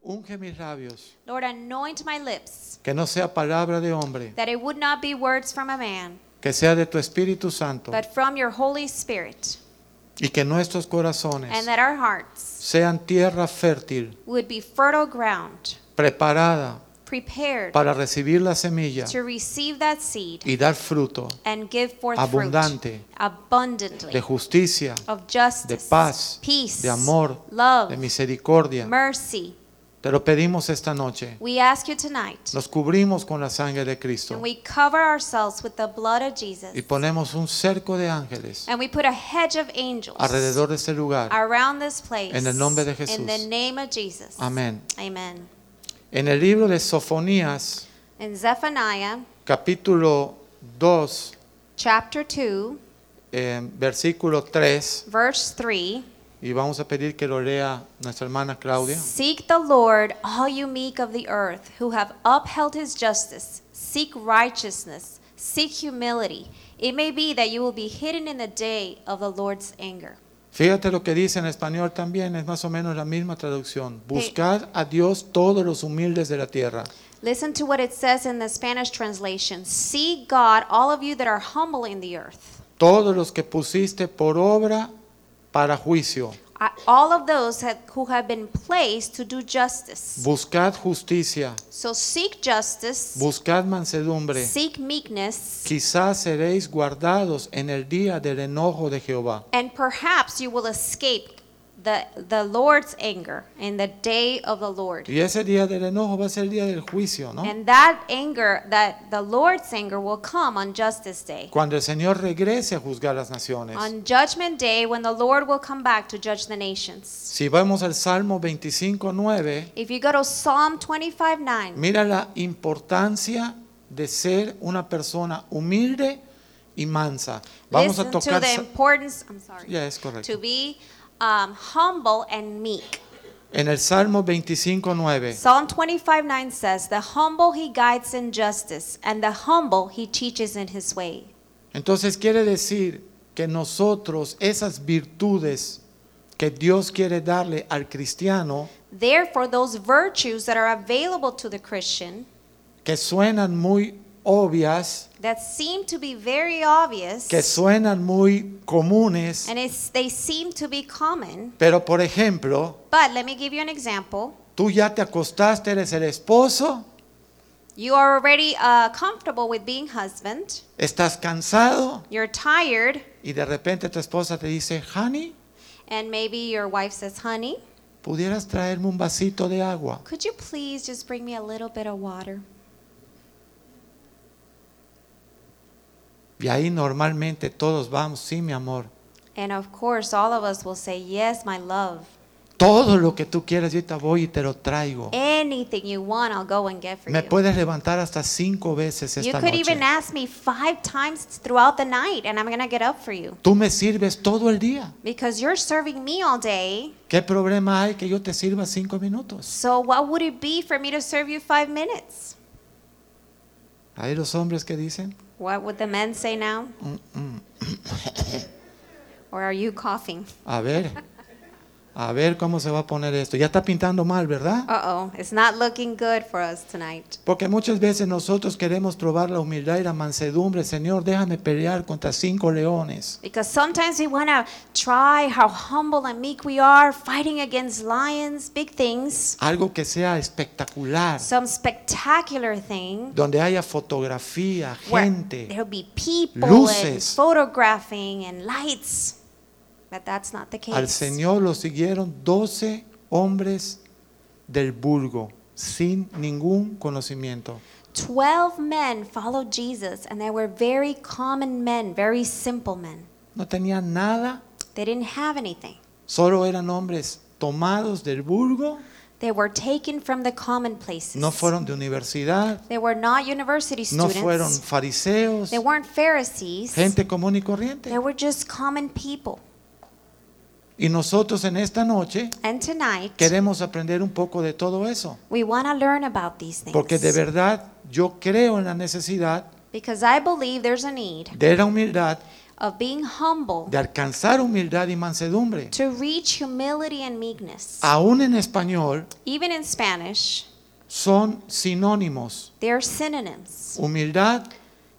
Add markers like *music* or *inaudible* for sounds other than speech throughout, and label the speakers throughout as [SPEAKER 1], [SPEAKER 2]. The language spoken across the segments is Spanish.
[SPEAKER 1] Unge mis labios,
[SPEAKER 2] Lord, anoint my lips,
[SPEAKER 1] que no sea palabra de hombre,
[SPEAKER 2] that it would not be words from a man,
[SPEAKER 1] que sea de tu Espíritu Santo,
[SPEAKER 2] but from your Holy Spirit,
[SPEAKER 1] y que nuestros corazones
[SPEAKER 2] and that our hearts
[SPEAKER 1] sean tierra fértil,
[SPEAKER 2] would be fertile ground,
[SPEAKER 1] preparada
[SPEAKER 2] prepared
[SPEAKER 1] para recibir la semilla
[SPEAKER 2] to receive that seed
[SPEAKER 1] y dar fruto
[SPEAKER 2] and give forth
[SPEAKER 1] abundante
[SPEAKER 2] fruit abundantly
[SPEAKER 1] de justicia,
[SPEAKER 2] of justice,
[SPEAKER 1] de paz,
[SPEAKER 2] peace,
[SPEAKER 1] de amor,
[SPEAKER 2] love,
[SPEAKER 1] de misericordia.
[SPEAKER 2] mercy.
[SPEAKER 1] Te lo pedimos esta noche.
[SPEAKER 2] We ask you tonight,
[SPEAKER 1] Nos cubrimos con la sangre de Cristo
[SPEAKER 2] and we cover ourselves with the blood of
[SPEAKER 1] y
[SPEAKER 2] Jesus,
[SPEAKER 1] ponemos un cerco de ángeles
[SPEAKER 2] and we put a hedge of angels
[SPEAKER 1] alrededor de este lugar.
[SPEAKER 2] around this place
[SPEAKER 1] En el nombre de
[SPEAKER 2] in the
[SPEAKER 1] Jesús.
[SPEAKER 2] name of Jesus.
[SPEAKER 1] Amén.
[SPEAKER 2] Amen.
[SPEAKER 1] En el libro de Sofonías,
[SPEAKER 2] In Zephaniah
[SPEAKER 1] capítulo 2,
[SPEAKER 2] chapter 2,
[SPEAKER 1] eh, versículo 3,
[SPEAKER 2] verse 3
[SPEAKER 1] y vamos a pedir que lo lea nuestra hermana
[SPEAKER 2] Oh,
[SPEAKER 1] Claudia.
[SPEAKER 2] Seek the Lord, all you meek of the earth, who have upheld his justice. Seek righteousness, seek humility. It may be that you will be hidden in the day of the Lord's anger.
[SPEAKER 1] Fíjate lo que dice en español también, es más o menos la misma traducción. Buscar a Dios todos los humildes de la tierra.
[SPEAKER 2] Listen to what it says in the Spanish translation Seek God, all of you that are humble in the earth.
[SPEAKER 1] Todos los que pusiste por obra para juicio.
[SPEAKER 2] I- All of those that- who have been placed to do justice.
[SPEAKER 1] Buscad justicia,
[SPEAKER 2] So seek justice,
[SPEAKER 1] buscad mansedumbre.
[SPEAKER 2] seek meekness,
[SPEAKER 1] Quizás seréis guardados en el día del enojo de Jehová.
[SPEAKER 2] And perhaps you will escape the, the Lord's anger in the day of the Lord.
[SPEAKER 1] Y ese día del enojo va a ser el día del juicio, ¿no?
[SPEAKER 2] And that anger, that the Lord's anger will come on Justice Day.
[SPEAKER 1] Cuando el Señor regrese a juzgar las naciones.
[SPEAKER 2] On Judgment Day, when the Lord will come back to judge the nations.
[SPEAKER 1] Si vamos al Salmo 25.9,
[SPEAKER 2] If you go to Psalm 25 9,
[SPEAKER 1] mira la importancia de ser una persona humilde y mansa. Mm. Vamos a
[SPEAKER 2] listen to
[SPEAKER 1] tocar...
[SPEAKER 2] the
[SPEAKER 1] sa-
[SPEAKER 2] importance, I'm sorry,
[SPEAKER 1] Ya es
[SPEAKER 2] to
[SPEAKER 1] correcto.
[SPEAKER 2] be um, humble and meek.
[SPEAKER 1] En el Salmo 25.9,
[SPEAKER 2] Psalm 25 9 says, The humble he guides in justice, and the humble he teaches in his way.
[SPEAKER 1] entonces quiere decir que nosotros, esas virtudes que Dios quiere darle al cristiano,
[SPEAKER 2] Therefore, those virtues that are available to the Christian
[SPEAKER 1] que suenan muy obvias,
[SPEAKER 2] that seem to be very obvious
[SPEAKER 1] que suenan muy comunes,
[SPEAKER 2] and it's, they seem to be common.
[SPEAKER 1] pero por ejemplo,
[SPEAKER 2] But let me give you an example.
[SPEAKER 1] Tú ya te acostaste, eres el esposo,
[SPEAKER 2] You are already uh, comfortable with being husband,
[SPEAKER 1] estás cansado
[SPEAKER 2] you're tired,
[SPEAKER 1] y de repente tu esposa te dice, honey,
[SPEAKER 2] and maybe your wife says, Honey,
[SPEAKER 1] ¿pudieras traerme un vasito de agua?
[SPEAKER 2] could you please just bring me a little bit of water?
[SPEAKER 1] Y ahí normalmente todos vamos, sí, mi amor,
[SPEAKER 2] And of course, all of us will say, Yes, my love.
[SPEAKER 1] todo lo que tú quieras, yo te voy y te lo traigo.
[SPEAKER 2] Anything you want, I'll go and get for
[SPEAKER 1] Me
[SPEAKER 2] you.
[SPEAKER 1] puedes levantar hasta cinco veces
[SPEAKER 2] You
[SPEAKER 1] esta
[SPEAKER 2] could even
[SPEAKER 1] noche.
[SPEAKER 2] ask me five times throughout the night, and I'm going to get up for you.
[SPEAKER 1] Tú me sirves todo el día.
[SPEAKER 2] Because you're serving me all day,
[SPEAKER 1] ¿Qué problema hay que yo te sirva cinco minutos?
[SPEAKER 2] so what would it be for me to serve you five minutes?
[SPEAKER 1] Hay los hombres que dicen,
[SPEAKER 2] What would the men say now? or are you coughing?
[SPEAKER 1] a ver, a ver cómo se va a poner esto. Ya está pintando mal, ¿verdad?
[SPEAKER 2] Uh oh, it's not looking good for us tonight.
[SPEAKER 1] Porque muchas veces nosotros queremos probar la humildad y la mansedumbre. Señor, déjame pelear contra cinco leones.
[SPEAKER 2] Because sometimes we want to try how humble and meek we are, fighting against lions, big things,
[SPEAKER 1] Algo que sea espectacular,
[SPEAKER 2] some spectacular thing.
[SPEAKER 1] donde haya fotografía,
[SPEAKER 2] where
[SPEAKER 1] gente.
[SPEAKER 2] there'll be people and
[SPEAKER 1] luces.
[SPEAKER 2] photographing and lights. But that's not the
[SPEAKER 1] Al
[SPEAKER 2] case.
[SPEAKER 1] Señor lo siguieron 12 hombres del burgo, sin ningún conocimiento.
[SPEAKER 2] Twelve men followed Jesus, and they were very common men, very simple men.
[SPEAKER 1] No tenían nada,
[SPEAKER 2] They didn't have anything.
[SPEAKER 1] solo eran hombres tomados del burgo
[SPEAKER 2] They were taken from the commonplaces.
[SPEAKER 1] No fueron de universidad,
[SPEAKER 2] They were not university
[SPEAKER 1] no
[SPEAKER 2] students.
[SPEAKER 1] fueron fariseos,
[SPEAKER 2] They weren't Pharisees.
[SPEAKER 1] gente común y corriente.
[SPEAKER 2] They were just common people.
[SPEAKER 1] Y nosotros en esta noche
[SPEAKER 2] And tonight,
[SPEAKER 1] queremos aprender un poco de todo eso,
[SPEAKER 2] we want to learn about these things.
[SPEAKER 1] porque de verdad yo creo en la necesidad
[SPEAKER 2] because I believe there's a need
[SPEAKER 1] de la humildad,
[SPEAKER 2] of being humble
[SPEAKER 1] de alcanzar humildad y mansedumbre.
[SPEAKER 2] to reach humility and meekness.
[SPEAKER 1] Aún en español
[SPEAKER 2] Even in Spanish,
[SPEAKER 1] son sinónimos.
[SPEAKER 2] they are synonyms.
[SPEAKER 1] Humildad,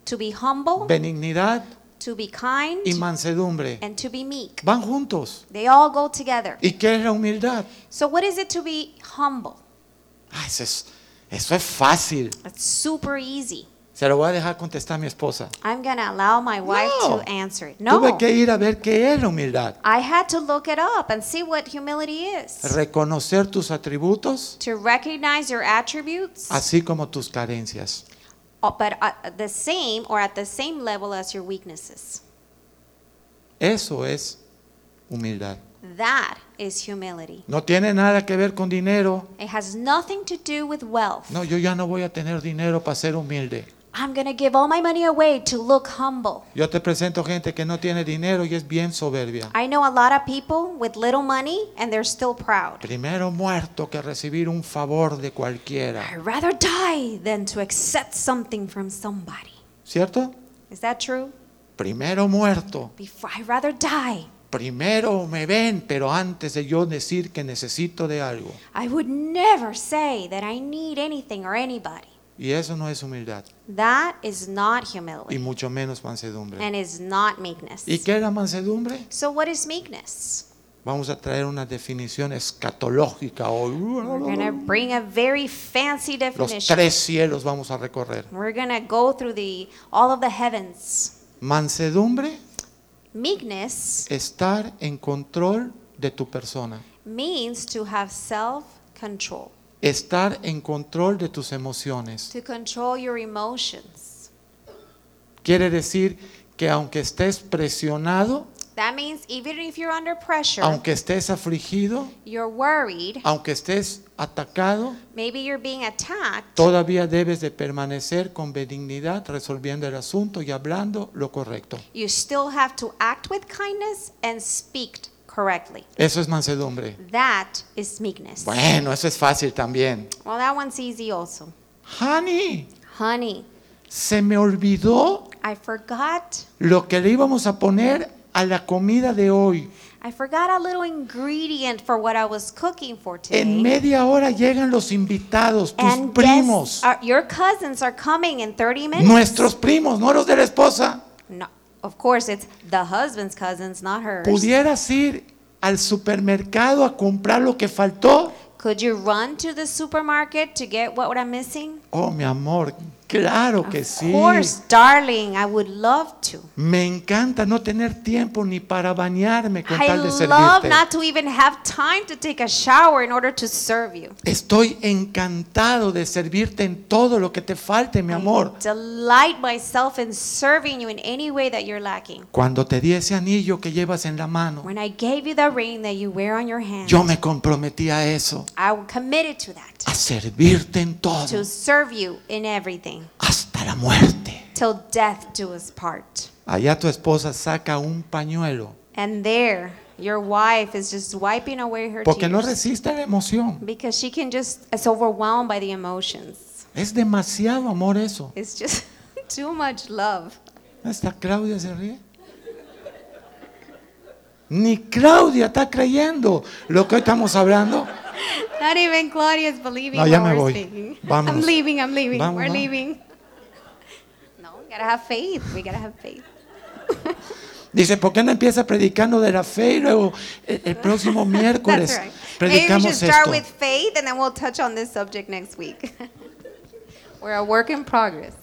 [SPEAKER 2] To be humble,
[SPEAKER 1] benignidad
[SPEAKER 2] to be kind,
[SPEAKER 1] y mansedumbre
[SPEAKER 2] and to be meek.
[SPEAKER 1] van juntos.
[SPEAKER 2] They all go together.
[SPEAKER 1] ¿Y qué es la humildad?
[SPEAKER 2] So, what is it to be humble?
[SPEAKER 1] Ah, eso, es, eso es fácil.
[SPEAKER 2] It's super easy.
[SPEAKER 1] Se lo voy a dejar contestar a mi esposa.
[SPEAKER 2] I'm going to allow my wife
[SPEAKER 1] No.
[SPEAKER 2] to answer it.
[SPEAKER 1] Tuve
[SPEAKER 2] No.
[SPEAKER 1] que ir a ver qué es la humildad.
[SPEAKER 2] I had to look it up and see what humility is.
[SPEAKER 1] Reconocer tus atributos,
[SPEAKER 2] To recognize your attributes,
[SPEAKER 1] así como tus carencias.
[SPEAKER 2] uh, but at the same or at the same level as your weaknesses.
[SPEAKER 1] Eso es humildad.
[SPEAKER 2] That is humility.
[SPEAKER 1] No tiene nada que ver con dinero.
[SPEAKER 2] It has nothing to do with wealth.
[SPEAKER 1] No, yo ya no voy a tener dinero para ser humilde.
[SPEAKER 2] I'm going to give all my money away to look humble.
[SPEAKER 1] Yo te presento gente que no tiene dinero y es bien soberbia.
[SPEAKER 2] I know a lot of people with little money and they're still proud.
[SPEAKER 1] Primero muerto que recibir un favor de cualquiera.
[SPEAKER 2] I'd rather die than to accept something from somebody.
[SPEAKER 1] ¿Cierto?
[SPEAKER 2] Is that true?
[SPEAKER 1] Primero muerto.
[SPEAKER 2] Before, I'd rather die.
[SPEAKER 1] Primero me ven, pero antes de yo decir que necesito de algo.
[SPEAKER 2] I would never say that I need anything or anybody.
[SPEAKER 1] Y eso no es humildad,
[SPEAKER 2] That is not
[SPEAKER 1] y
[SPEAKER 2] humility
[SPEAKER 1] mucho menos mansedumbre.
[SPEAKER 2] and is not meekness.
[SPEAKER 1] ¿Y qué es la mansedumbre?
[SPEAKER 2] So, what is meekness?
[SPEAKER 1] Vamos a traer una definición escatológica hoy.
[SPEAKER 2] We're going to bring a very fancy
[SPEAKER 1] Los
[SPEAKER 2] definition.
[SPEAKER 1] tres cielos vamos a recorrer.
[SPEAKER 2] We're going to go through the all of the heavens.
[SPEAKER 1] Mansedumbre,
[SPEAKER 2] Meekness
[SPEAKER 1] estar en control de tu persona,
[SPEAKER 2] means to have self-control,
[SPEAKER 1] estar en control de tus emociones.
[SPEAKER 2] to control your emotions.
[SPEAKER 1] Quiere decir que aunque estés presionado,
[SPEAKER 2] That means even if you're under pressure,
[SPEAKER 1] aunque estés afligido,
[SPEAKER 2] you're worried,
[SPEAKER 1] aunque estés atacado,
[SPEAKER 2] maybe you're being attacked,
[SPEAKER 1] todavía debes de permanecer con benignidad resolviendo el asunto y hablando lo correcto.
[SPEAKER 2] you still have to act with kindness and speak correctly.
[SPEAKER 1] Eso es mansedumbre.
[SPEAKER 2] That is meekness.
[SPEAKER 1] Bueno, eso es fácil también.
[SPEAKER 2] Well, that one's easy also.
[SPEAKER 1] Honey,
[SPEAKER 2] Honey,
[SPEAKER 1] se me olvidó
[SPEAKER 2] I forgot.
[SPEAKER 1] lo que le íbamos a poner a la comida de hoy.
[SPEAKER 2] I forgot a little ingredient for what I was cooking for today.
[SPEAKER 1] En media hora llegan los invitados, tus
[SPEAKER 2] and
[SPEAKER 1] primos,
[SPEAKER 2] guess, our- your cousins are coming in 30 minutes.
[SPEAKER 1] nuestros primos, no los de la esposa.
[SPEAKER 2] No, of course, it's the husband's cousins, not hers.
[SPEAKER 1] ¿Pudieras ir al supermercado a comprar lo que faltó?
[SPEAKER 2] Could you run to the supermarket to get what I'm missing?
[SPEAKER 1] Oh, mi amor, claro que sí.
[SPEAKER 2] Of course, darling, I would love to.
[SPEAKER 1] Me encanta no tener tiempo ni para bañarme con
[SPEAKER 2] I
[SPEAKER 1] tal de
[SPEAKER 2] love
[SPEAKER 1] servirte.
[SPEAKER 2] not to even have time to take a shower in order to serve you.
[SPEAKER 1] Estoy encantado de servirte en todo lo que te falte, mi amor.
[SPEAKER 2] I delight myself in serving you in any way that you're lacking.
[SPEAKER 1] Cuando te di ese anillo que llevas en la mano,
[SPEAKER 2] When I gave you the ring that you wear on your hand,
[SPEAKER 1] yo me comprometí a eso,
[SPEAKER 2] I committed to that,
[SPEAKER 1] a servirte en todo,
[SPEAKER 2] to serve you in everything,
[SPEAKER 1] hasta la muerte.
[SPEAKER 2] till death do us part.
[SPEAKER 1] Allá tu esposa saca un pañuelo,
[SPEAKER 2] And there, your wife is just wiping away her
[SPEAKER 1] porque no
[SPEAKER 2] tears.
[SPEAKER 1] resiste la emoción.
[SPEAKER 2] Because she can just is overwhelmed by the emotions.
[SPEAKER 1] Es demasiado amor eso.
[SPEAKER 2] It's just *laughs* too much love.
[SPEAKER 1] Hasta Claudia se ríe. Ni Claudia está creyendo lo que hoy estamos hablando.
[SPEAKER 2] Not even Claudia is believing
[SPEAKER 1] No,
[SPEAKER 2] what
[SPEAKER 1] ya me
[SPEAKER 2] we're
[SPEAKER 1] voy.
[SPEAKER 2] speaking. *laughs* I'm
[SPEAKER 1] Vámonos.
[SPEAKER 2] leaving, I'm leaving.
[SPEAKER 1] Vamos,
[SPEAKER 2] we're
[SPEAKER 1] vamos.
[SPEAKER 2] leaving. No, we gotta have faith. We gotta have faith.
[SPEAKER 1] Dice, ¿por qué no empieza predicando de la fe y luego eh, el, el
[SPEAKER 2] *laughs*
[SPEAKER 1] próximo
[SPEAKER 2] That's
[SPEAKER 1] miércoles
[SPEAKER 2] right. Maybe we should
[SPEAKER 1] predicamos
[SPEAKER 2] start
[SPEAKER 1] esto?
[SPEAKER 2] with faith and then we'll touch on this subject next week. *laughs* we're a work in progress.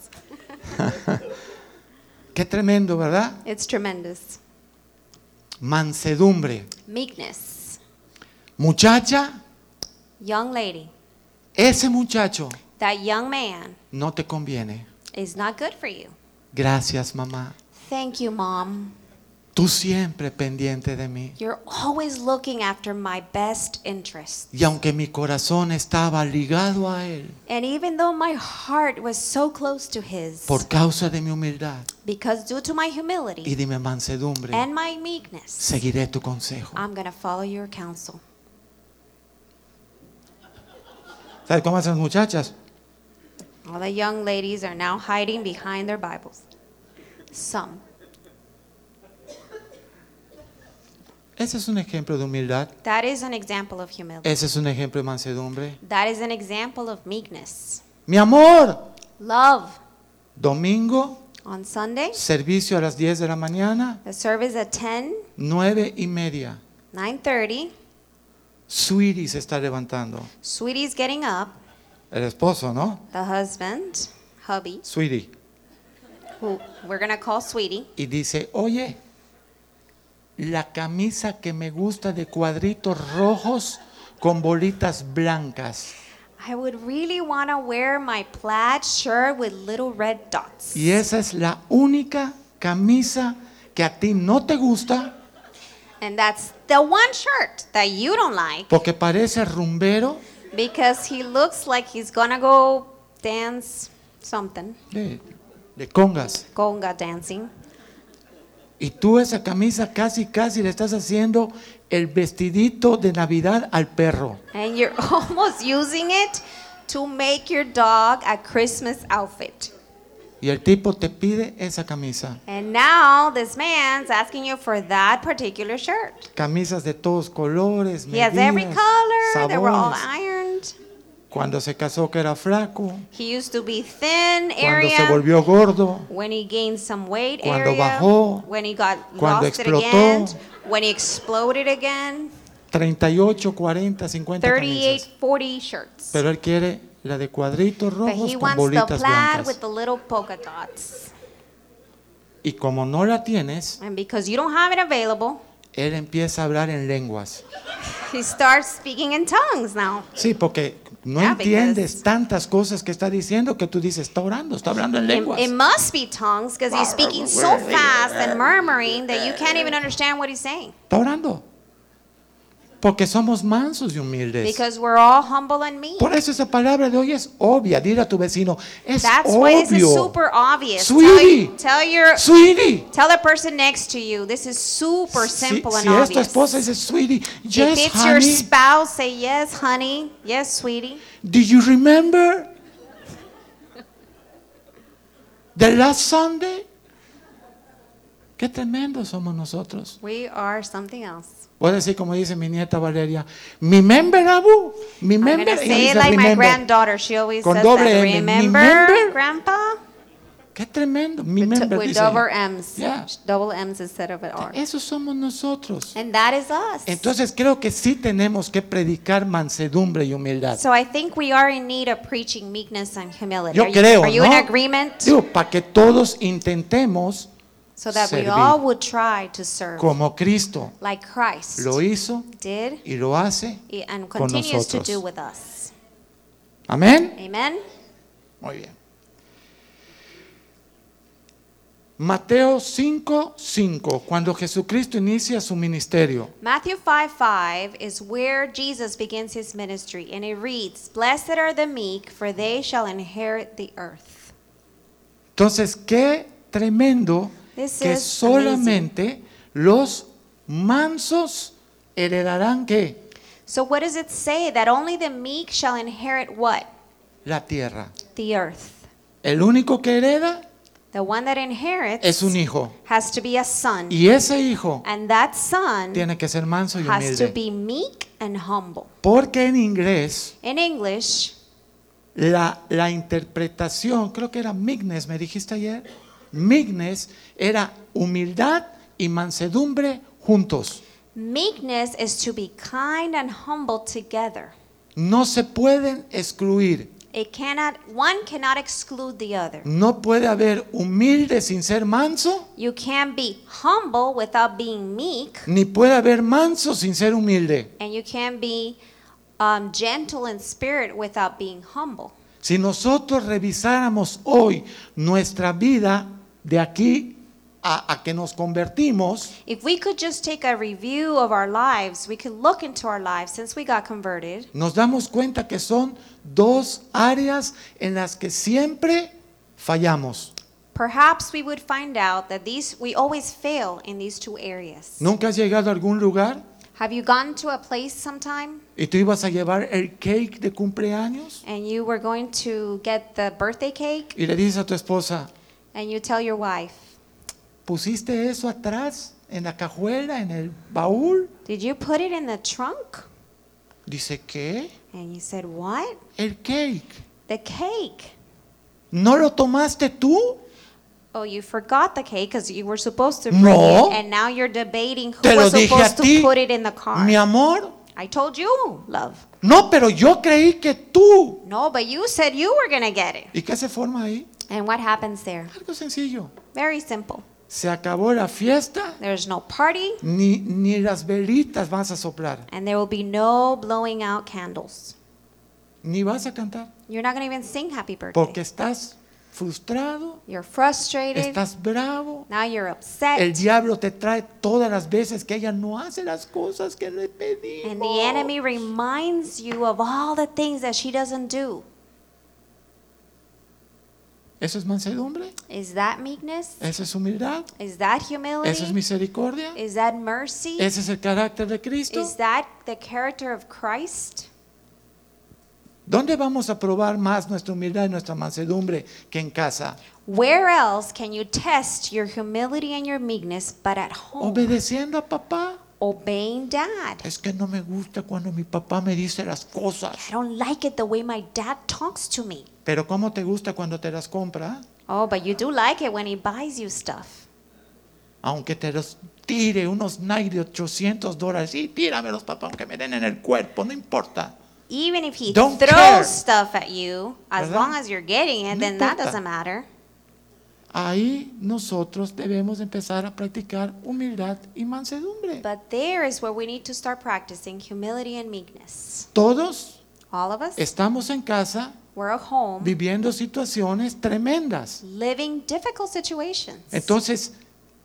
[SPEAKER 1] Qué tremendo, ¿verdad?
[SPEAKER 2] It's tremendous.
[SPEAKER 1] Mansedumbre.
[SPEAKER 2] Meekness.
[SPEAKER 1] Muchacha,
[SPEAKER 2] Young lady,
[SPEAKER 1] ese muchacho
[SPEAKER 2] that young man
[SPEAKER 1] no te conviene.
[SPEAKER 2] is not good for you.
[SPEAKER 1] Gracias, mamá.
[SPEAKER 2] Thank you, mom.
[SPEAKER 1] tú siempre pendiente de mí.
[SPEAKER 2] You're always looking after my best interest.
[SPEAKER 1] Y aunque mi corazón estaba ligado a Él
[SPEAKER 2] And even though my heart was so close to His,
[SPEAKER 1] por causa de mi humildad
[SPEAKER 2] because due to my humility
[SPEAKER 1] y de mi mansedumbre,
[SPEAKER 2] and my meekness,
[SPEAKER 1] seguiré tu consejo.
[SPEAKER 2] I'm going to follow your counsel.
[SPEAKER 1] ¿Sabes cómo hacen las muchachas?
[SPEAKER 2] All the young ladies are now hiding behind their Bibles. Some.
[SPEAKER 1] Ese es un ejemplo de humildad.
[SPEAKER 2] That is an example of humility.
[SPEAKER 1] Ese es un ejemplo de mansedumbre.
[SPEAKER 2] That is an example of meekness.
[SPEAKER 1] Mi amor,
[SPEAKER 2] Love.
[SPEAKER 1] domingo,
[SPEAKER 2] On Sunday,
[SPEAKER 1] servicio a las 10 de la mañana,
[SPEAKER 2] the service at 10,
[SPEAKER 1] 9 y media.
[SPEAKER 2] 9.30.
[SPEAKER 1] Sweetie se está levantando.
[SPEAKER 2] Sweetie's getting up.
[SPEAKER 1] El esposo, ¿no?
[SPEAKER 2] The husband, hubby,
[SPEAKER 1] Sweetie.
[SPEAKER 2] who we're going to call Sweetie.
[SPEAKER 1] Y dice, oye, la camisa que me gusta de cuadritos rojos con bolitas blancas.
[SPEAKER 2] I would really want to wear my plaid shirt with little red dots.
[SPEAKER 1] Y esa es la única camisa que a ti no te gusta
[SPEAKER 2] And that's the one shirt that you don't like
[SPEAKER 1] porque parece rumbero.
[SPEAKER 2] because he looks like he's going to go dance something,
[SPEAKER 1] de, de congas.
[SPEAKER 2] conga dancing.
[SPEAKER 1] Y tú esa camisa casi, casi le estás haciendo el vestidito de Navidad al perro.
[SPEAKER 2] And you're *laughs* almost using it to make your dog a Christmas outfit.
[SPEAKER 1] Y el tipo te pide esa camisa.
[SPEAKER 2] And now this man's asking you for that particular shirt.
[SPEAKER 1] Camisas de todos colores,
[SPEAKER 2] He has every
[SPEAKER 1] medidas,
[SPEAKER 2] color, they were all
[SPEAKER 1] sabores.
[SPEAKER 2] ironed.
[SPEAKER 1] Cuando se casó que era flaco,
[SPEAKER 2] He used to be thin
[SPEAKER 1] cuando se
[SPEAKER 2] area.
[SPEAKER 1] volvió gordo,
[SPEAKER 2] When he gained some weight
[SPEAKER 1] Cuando
[SPEAKER 2] area.
[SPEAKER 1] bajó.
[SPEAKER 2] when he got
[SPEAKER 1] Cuando
[SPEAKER 2] lost
[SPEAKER 1] explotó.
[SPEAKER 2] it again. When he exploded again.
[SPEAKER 1] 38, 40, 50
[SPEAKER 2] 38,
[SPEAKER 1] camisas.
[SPEAKER 2] 40 shirts.
[SPEAKER 1] Pero él quiere la de cuadritos
[SPEAKER 2] But he
[SPEAKER 1] rojos con
[SPEAKER 2] wants the
[SPEAKER 1] bolitas
[SPEAKER 2] plaid
[SPEAKER 1] blancas.
[SPEAKER 2] with the little polka dots.
[SPEAKER 1] Y como no la tienes,
[SPEAKER 2] And because you don't have it available,
[SPEAKER 1] él empieza a hablar en lenguas.
[SPEAKER 2] he starts speaking in tongues now.
[SPEAKER 1] Sí, porque no
[SPEAKER 2] Yeah,
[SPEAKER 1] entiendes
[SPEAKER 2] because-
[SPEAKER 1] tantas cosas que está diciendo que tú dices, está orando, está hablando en
[SPEAKER 2] It,
[SPEAKER 1] lenguas.
[SPEAKER 2] it must be tongues because he's speaking so fast and murmuring that you can't even understand what he's saying.
[SPEAKER 1] Está orando. Porque somos mansos y humildes.
[SPEAKER 2] Because we're all humble and meek.
[SPEAKER 1] Por eso esa palabra de hoy es obvia. Dile a tu vecino, es
[SPEAKER 2] That's why this is
[SPEAKER 1] obvio.
[SPEAKER 2] super obvious.
[SPEAKER 1] Sweetie.
[SPEAKER 2] Tell, tell your
[SPEAKER 1] Sweetie.
[SPEAKER 2] tell the person next to you this is super
[SPEAKER 1] Si,
[SPEAKER 2] simple
[SPEAKER 1] si
[SPEAKER 2] and
[SPEAKER 1] es tu
[SPEAKER 2] obvious.
[SPEAKER 1] esposa, dice, sweetie,
[SPEAKER 2] if
[SPEAKER 1] yes,
[SPEAKER 2] it's your
[SPEAKER 1] honey,
[SPEAKER 2] spouse, say yes, honey, yes, sweetie.
[SPEAKER 1] do you remember the last Sunday? Qué tremendo somos nosotros.
[SPEAKER 2] We are something else.
[SPEAKER 1] Voy a decir como dice mi nieta Valeria, mi member abu, mi
[SPEAKER 2] I'm
[SPEAKER 1] member,
[SPEAKER 2] gonna say it
[SPEAKER 1] dice,
[SPEAKER 2] like my
[SPEAKER 1] "Remember".
[SPEAKER 2] granddaughter. She always
[SPEAKER 1] Con
[SPEAKER 2] says
[SPEAKER 1] doble
[SPEAKER 2] that.
[SPEAKER 1] M, mi
[SPEAKER 2] Remember,
[SPEAKER 1] member.
[SPEAKER 2] grandpa?
[SPEAKER 1] Qué tremendo, mi
[SPEAKER 2] With,
[SPEAKER 1] member.
[SPEAKER 2] t- with
[SPEAKER 1] dice
[SPEAKER 2] double
[SPEAKER 1] ella.
[SPEAKER 2] M's.
[SPEAKER 1] Yeah.
[SPEAKER 2] Double M's instead of an R.
[SPEAKER 1] Eso somos nosotros.
[SPEAKER 2] And that is us.
[SPEAKER 1] Entonces creo que sí tenemos que predicar mansedumbre y humildad.
[SPEAKER 2] so I think we are in need of preaching meekness and humility.
[SPEAKER 1] Yo
[SPEAKER 2] are you,
[SPEAKER 1] creo,
[SPEAKER 2] are you
[SPEAKER 1] ¿no?
[SPEAKER 2] in agreement?
[SPEAKER 1] Digo, para que todos intentemos
[SPEAKER 2] so that we
[SPEAKER 1] servir.
[SPEAKER 2] all would try to serve
[SPEAKER 1] como Cristo
[SPEAKER 2] like Christ
[SPEAKER 1] lo hizo
[SPEAKER 2] did
[SPEAKER 1] y lo hace.
[SPEAKER 2] and
[SPEAKER 1] con
[SPEAKER 2] continues to
[SPEAKER 1] nosotros.
[SPEAKER 2] do with us.
[SPEAKER 1] Amén.
[SPEAKER 2] Amen.
[SPEAKER 1] Muy bien. Mateo 5, 5, cuando Jesucristo inicia su ministerio.
[SPEAKER 2] Matthew 5 5 is where Jesus begins his ministry, and it reads, Blessed are the meek, for they shall inherit the earth.
[SPEAKER 1] Entonces, qué tremendo
[SPEAKER 2] This
[SPEAKER 1] que
[SPEAKER 2] is
[SPEAKER 1] solamente los mansos heredarán qué?
[SPEAKER 2] So, what does it say? That only the meek shall inherit what?
[SPEAKER 1] La tierra.
[SPEAKER 2] The earth.
[SPEAKER 1] El único que hereda
[SPEAKER 2] The one that inherits
[SPEAKER 1] es un hijo.
[SPEAKER 2] has to be a son,
[SPEAKER 1] Y ese hijo
[SPEAKER 2] and that son
[SPEAKER 1] tiene que ser manso y
[SPEAKER 2] has to
[SPEAKER 1] humilde.
[SPEAKER 2] be meek and humble.
[SPEAKER 1] Porque en inglés,
[SPEAKER 2] In English,
[SPEAKER 1] la, la interpretación, creo que era meekness, me dijiste ayer, meekness era humildad y mansedumbre juntos.
[SPEAKER 2] meekness is to be kind and humble together.
[SPEAKER 1] No se pueden excluir.
[SPEAKER 2] It cannot one cannot exclude the other.
[SPEAKER 1] No puede haber humilde sin ser manso.
[SPEAKER 2] You can't be humble without being meek,
[SPEAKER 1] Ni puede haber manso sin ser humilde.
[SPEAKER 2] and you can't be um, gentle in spirit without being humble.
[SPEAKER 1] Si nosotros revisáramos hoy nuestra vida de aquí a, a que nos convertimos,
[SPEAKER 2] If we could just take a review of our lives, we could look into our lives since we got converted.
[SPEAKER 1] nos damos cuenta que son dos áreas en las que siempre fallamos.
[SPEAKER 2] Perhaps we would find out that these we always fail in these two areas.
[SPEAKER 1] ¿Nunca has llegado a algún lugar
[SPEAKER 2] Have you gone to a place sometime
[SPEAKER 1] y tú ibas a llevar el cake de cumpleaños?
[SPEAKER 2] and you were going to get the birthday cake
[SPEAKER 1] Y le dices a tu esposa,
[SPEAKER 2] and you tell your wife,
[SPEAKER 1] ¿pusiste eso atrás, en la cajuela, en el baúl?
[SPEAKER 2] "Did you put it in the trunk?"
[SPEAKER 1] Dice, ¿qué?
[SPEAKER 2] And you said, "What?
[SPEAKER 1] El cake.
[SPEAKER 2] The cake."
[SPEAKER 1] ¿No lo tomaste tú?
[SPEAKER 2] Oh, you forgot the cake because you were supposed to bring
[SPEAKER 1] No.
[SPEAKER 2] it, and now you're debating who
[SPEAKER 1] Te lo
[SPEAKER 2] was
[SPEAKER 1] dije a
[SPEAKER 2] supposed
[SPEAKER 1] ti,
[SPEAKER 2] to put it in the car.
[SPEAKER 1] mi amor.
[SPEAKER 2] I told you, love.
[SPEAKER 1] No, pero yo creí que tú.
[SPEAKER 2] No, but you said you were gonna get it.
[SPEAKER 1] ¿Y qué se forma ahí?
[SPEAKER 2] And what happens there?
[SPEAKER 1] Algo sencillo.
[SPEAKER 2] Very simple.
[SPEAKER 1] Se acabó la fiesta,
[SPEAKER 2] There's no party,
[SPEAKER 1] ni, ni las velitas vas a soplar,
[SPEAKER 2] and there will be no blowing out candles.
[SPEAKER 1] ni vas a cantar,
[SPEAKER 2] You're not gonna even sing happy birthday.
[SPEAKER 1] porque estás frustrado,
[SPEAKER 2] You're frustrated.
[SPEAKER 1] estás bravo.
[SPEAKER 2] Now you're upset.
[SPEAKER 1] El diablo te trae todas las veces que ella no hace las cosas que le
[SPEAKER 2] and the enemy
[SPEAKER 1] pedimos.
[SPEAKER 2] reminds you of all the things that she doesn't do.
[SPEAKER 1] Eso es mansedumbre,
[SPEAKER 2] Is that meekness?
[SPEAKER 1] eso es humildad,
[SPEAKER 2] Is that humility?
[SPEAKER 1] eso es misericordia,
[SPEAKER 2] Is that mercy?
[SPEAKER 1] ese es el carácter de Cristo.
[SPEAKER 2] Is that the character of Christ?
[SPEAKER 1] ¿Dónde vamos a probar más nuestra humildad y nuestra mansedumbre que en casa?
[SPEAKER 2] Where else can you test your humility and your meekness but at home?
[SPEAKER 1] Obedeciendo a papá.
[SPEAKER 2] Obeying dad.
[SPEAKER 1] Es que no me gusta cuando mi papá me dice las cosas.
[SPEAKER 2] I don't like it the way my dad talks to me.
[SPEAKER 1] Pero ¿cómo te gusta cuando te las compra?
[SPEAKER 2] Oh, but you do like it when he buys you stuff.
[SPEAKER 1] Aunque te los tire unos Nike de 800 dólares. Sí, tíramelos, papá, aunque me den en el cuerpo, no importa.
[SPEAKER 2] Even if he
[SPEAKER 1] Don't
[SPEAKER 2] throws
[SPEAKER 1] care.
[SPEAKER 2] stuff at you, as
[SPEAKER 1] ¿Verdad?
[SPEAKER 2] long as you're getting it,
[SPEAKER 1] No
[SPEAKER 2] then that
[SPEAKER 1] importa.
[SPEAKER 2] doesn't matter.
[SPEAKER 1] Ahí nosotros debemos empezar a practicar humildad y mansedumbre.
[SPEAKER 2] But there is where we need to start practicing humility and meekness.
[SPEAKER 1] Todos
[SPEAKER 2] All of us,
[SPEAKER 1] estamos en casa
[SPEAKER 2] we're at home
[SPEAKER 1] viviendo situaciones tremendas.
[SPEAKER 2] living difficult situations.
[SPEAKER 1] Entonces,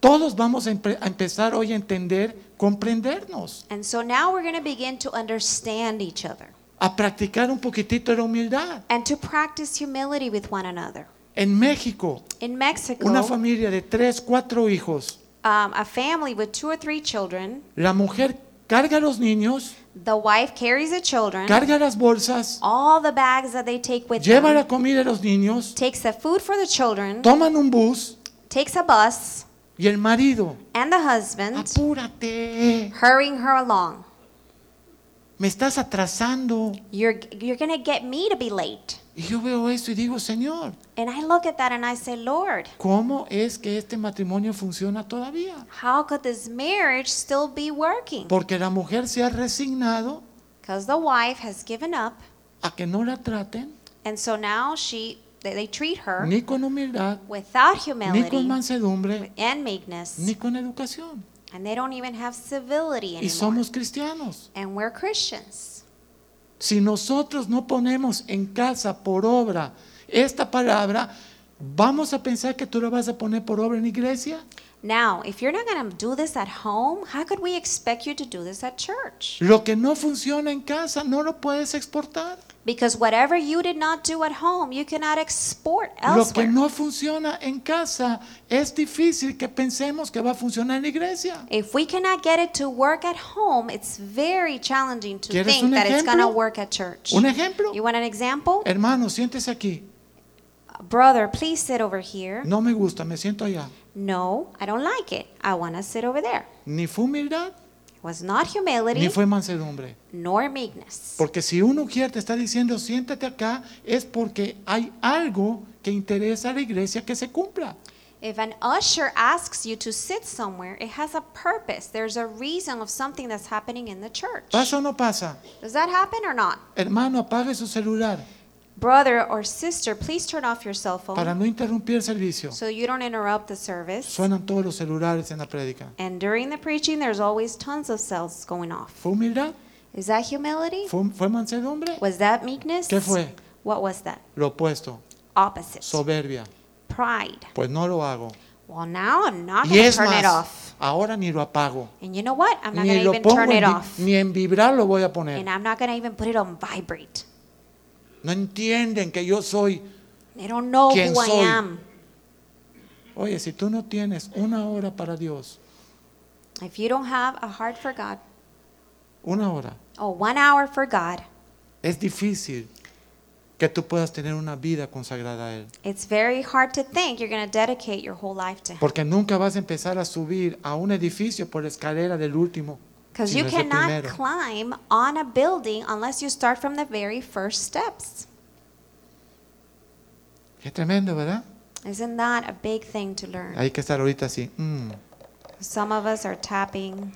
[SPEAKER 1] todos vamos a, empe- a empezar hoy a entender, comprendernos,
[SPEAKER 2] And so now we're going to begin to understand each other
[SPEAKER 1] a practicar un poquitito la humildad.
[SPEAKER 2] and to practice humility with one another.
[SPEAKER 1] En México,
[SPEAKER 2] In Mexico,
[SPEAKER 1] una familia de tres, cuatro hijos,
[SPEAKER 2] um, a family with two or three children,
[SPEAKER 1] la mujer carga a los niños,
[SPEAKER 2] the wife carries the children,
[SPEAKER 1] carga las bolsas,
[SPEAKER 2] all the bags that they take with
[SPEAKER 1] lleva
[SPEAKER 2] them,
[SPEAKER 1] la comida a los niños,
[SPEAKER 2] takes the food for the children,
[SPEAKER 1] toman un bus
[SPEAKER 2] takes a bus,
[SPEAKER 1] y el marido,
[SPEAKER 2] and the husband,
[SPEAKER 1] apúrate,
[SPEAKER 2] hurrying her along.
[SPEAKER 1] me estás atrasando.
[SPEAKER 2] You're, you're going to get me to be late.
[SPEAKER 1] Y yo veo eso y digo, Señor,
[SPEAKER 2] And I look at that and I say, Lord,
[SPEAKER 1] ¿cómo es que este matrimonio funciona todavía?
[SPEAKER 2] how could this marriage still be working?
[SPEAKER 1] Porque la mujer se ha resignado
[SPEAKER 2] Because the wife has given up,
[SPEAKER 1] a que no la traten
[SPEAKER 2] and so now she they, they treat her
[SPEAKER 1] ni con humildad,
[SPEAKER 2] without
[SPEAKER 1] ni con
[SPEAKER 2] humility
[SPEAKER 1] mansedumbre,
[SPEAKER 2] and meekness,
[SPEAKER 1] ni con educación.
[SPEAKER 2] and they don't even have civility
[SPEAKER 1] Y
[SPEAKER 2] anymore.
[SPEAKER 1] somos cristianos.
[SPEAKER 2] and we're Christians.
[SPEAKER 1] Si nosotros no ponemos en casa por obra esta palabra, vamos a pensar que tú la vas a poner por obra en iglesia.
[SPEAKER 2] Now, if you're not going to do this at home, how could we expect you to do this at church?
[SPEAKER 1] Lo que no funciona en casa no lo puedes exportar.
[SPEAKER 2] Because whatever you did not do at home, you cannot export
[SPEAKER 1] Lo
[SPEAKER 2] elsewhere.
[SPEAKER 1] que no funciona en casa es difícil que pensemos que va a funcionar en la iglesia.
[SPEAKER 2] If we cannot get it to work at home, it's very challenging to
[SPEAKER 1] ¿Quieres
[SPEAKER 2] think
[SPEAKER 1] un
[SPEAKER 2] that it's going to
[SPEAKER 1] ejemplo?
[SPEAKER 2] work at church.
[SPEAKER 1] Un ejemplo,
[SPEAKER 2] You want an example?
[SPEAKER 1] hermano, siéntese aquí.
[SPEAKER 2] Brother, please sit over here.
[SPEAKER 1] No me gusta, me siento allá.
[SPEAKER 2] No, I don't like it. I want to sit over there.
[SPEAKER 1] Ni fue humildad,
[SPEAKER 2] It was not humility
[SPEAKER 1] ni fue mansedumbre.
[SPEAKER 2] nor meekness.
[SPEAKER 1] Porque si un ujier te está diciendo siéntate acá, es porque hay algo que interesa a la iglesia que se cumpla.
[SPEAKER 2] If an usher asks you to sit somewhere, it has a purpose. There's a reason of something that's happening in the church.
[SPEAKER 1] ¿Pasa o no pasa?
[SPEAKER 2] Does that happen or not?
[SPEAKER 1] Hermano, apague su celular
[SPEAKER 2] Brother or sister, please turn off your cell phone
[SPEAKER 1] para no interrumpir el servicio.
[SPEAKER 2] so you don't interrupt the service.
[SPEAKER 1] Suenan todos los celulares en la prédica.
[SPEAKER 2] And during the preaching, there's always tons of cells going off.
[SPEAKER 1] ¿Fue humildad?
[SPEAKER 2] Is that humility?
[SPEAKER 1] ¿Fue, fue mansedumbre?
[SPEAKER 2] Was that meekness?
[SPEAKER 1] ¿Qué fue?
[SPEAKER 2] What was that?
[SPEAKER 1] Lo opuesto,
[SPEAKER 2] Opposite.
[SPEAKER 1] soberbia.
[SPEAKER 2] Pride.
[SPEAKER 1] Pues no lo hago.
[SPEAKER 2] Well, now I'm not
[SPEAKER 1] Y
[SPEAKER 2] going to
[SPEAKER 1] es
[SPEAKER 2] turn it off.
[SPEAKER 1] más, ahora ni lo apago.
[SPEAKER 2] And you know what? I'm not
[SPEAKER 1] Ni
[SPEAKER 2] going to
[SPEAKER 1] lo
[SPEAKER 2] even
[SPEAKER 1] pongo
[SPEAKER 2] turn
[SPEAKER 1] en,
[SPEAKER 2] it
[SPEAKER 1] vi-
[SPEAKER 2] off.
[SPEAKER 1] ni en vibrar lo voy a poner.
[SPEAKER 2] And I'm not going to even put it on vibrate.
[SPEAKER 1] No entienden que yo soy.
[SPEAKER 2] They don't know
[SPEAKER 1] ¿Quién
[SPEAKER 2] who I
[SPEAKER 1] soy?
[SPEAKER 2] am.
[SPEAKER 1] Oye, si tú no tienes una hora para Dios,
[SPEAKER 2] If you don't have a heart for God,
[SPEAKER 1] una hora,
[SPEAKER 2] or one hour for God,
[SPEAKER 1] es difícil que tú puedas tener una vida consagrada a Él.
[SPEAKER 2] it's very hard to think you're going to dedicate your whole life to Him.
[SPEAKER 1] Porque nunca vas a empezar a subir a un edificio por la escalera del último.
[SPEAKER 2] Because
[SPEAKER 1] si
[SPEAKER 2] you
[SPEAKER 1] no es el
[SPEAKER 2] cannot
[SPEAKER 1] primero.
[SPEAKER 2] climb on a building unless you start from the very first steps.
[SPEAKER 1] Qué tremendo, ¿verdad?
[SPEAKER 2] Isn't that a big thing to learn?
[SPEAKER 1] Hay que estar ahorita así. mm,
[SPEAKER 2] Some of us are tapping.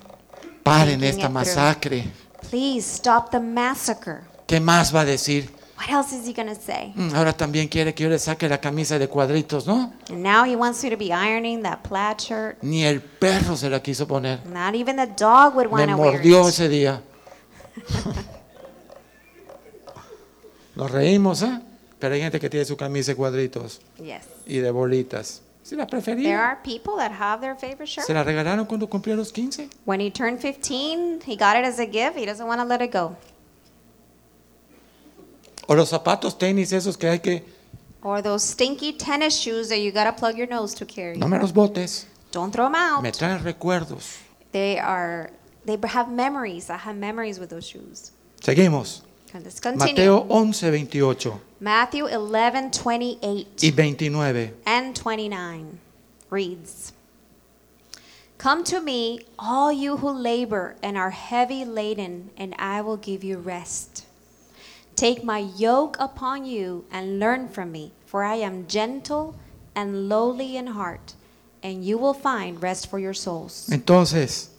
[SPEAKER 1] paren
[SPEAKER 2] Thinking
[SPEAKER 1] esta
[SPEAKER 2] it
[SPEAKER 1] masacre.
[SPEAKER 2] Please stop the massacre.
[SPEAKER 1] ¿Qué más va a decir?
[SPEAKER 2] What else is he going to say?
[SPEAKER 1] Mm, ahora también quiere que yo le saque la camisa de cuadritos, ¿no?
[SPEAKER 2] And now he wants you to be ironing that plaid shirt.
[SPEAKER 1] Ni el perro se la quiso poner.
[SPEAKER 2] Not even the dog would
[SPEAKER 1] Me
[SPEAKER 2] want to wear
[SPEAKER 1] mordió
[SPEAKER 2] it.
[SPEAKER 1] ese
[SPEAKER 2] *laughs*
[SPEAKER 1] día. Nos reímos, ¿eh? Pero hay gente que tiene su camisa de cuadritos
[SPEAKER 2] Yes.
[SPEAKER 1] y de bolitas. Si la
[SPEAKER 2] There
[SPEAKER 1] prefería.
[SPEAKER 2] are people that have their favorite
[SPEAKER 1] Se
[SPEAKER 2] shirt.
[SPEAKER 1] la regalaron cuando cumplió los 15.
[SPEAKER 2] When he turned 15, he got it as a gift. He doesn't want to let it go.
[SPEAKER 1] O los zapatos tenis esos que hay que...
[SPEAKER 2] Or those stinky tennis shoes that you got to plug your nose to carry.
[SPEAKER 1] No me los botes.
[SPEAKER 2] Don't throw them out.
[SPEAKER 1] Me traen recuerdos.
[SPEAKER 2] They are they have memories. I have memories with those shoes.
[SPEAKER 1] Seguimos.
[SPEAKER 2] Okay, Let's continue.
[SPEAKER 1] Mateo 11, 28
[SPEAKER 2] Matthew 11, 28
[SPEAKER 1] y 29.
[SPEAKER 2] and 29 reads Come to me, all you who labor and are heavy laden, and I will give you rest. Take my yoke upon you and learn from me, for I am gentle and lowly in heart, and you will find rest for your souls.
[SPEAKER 1] Entonces,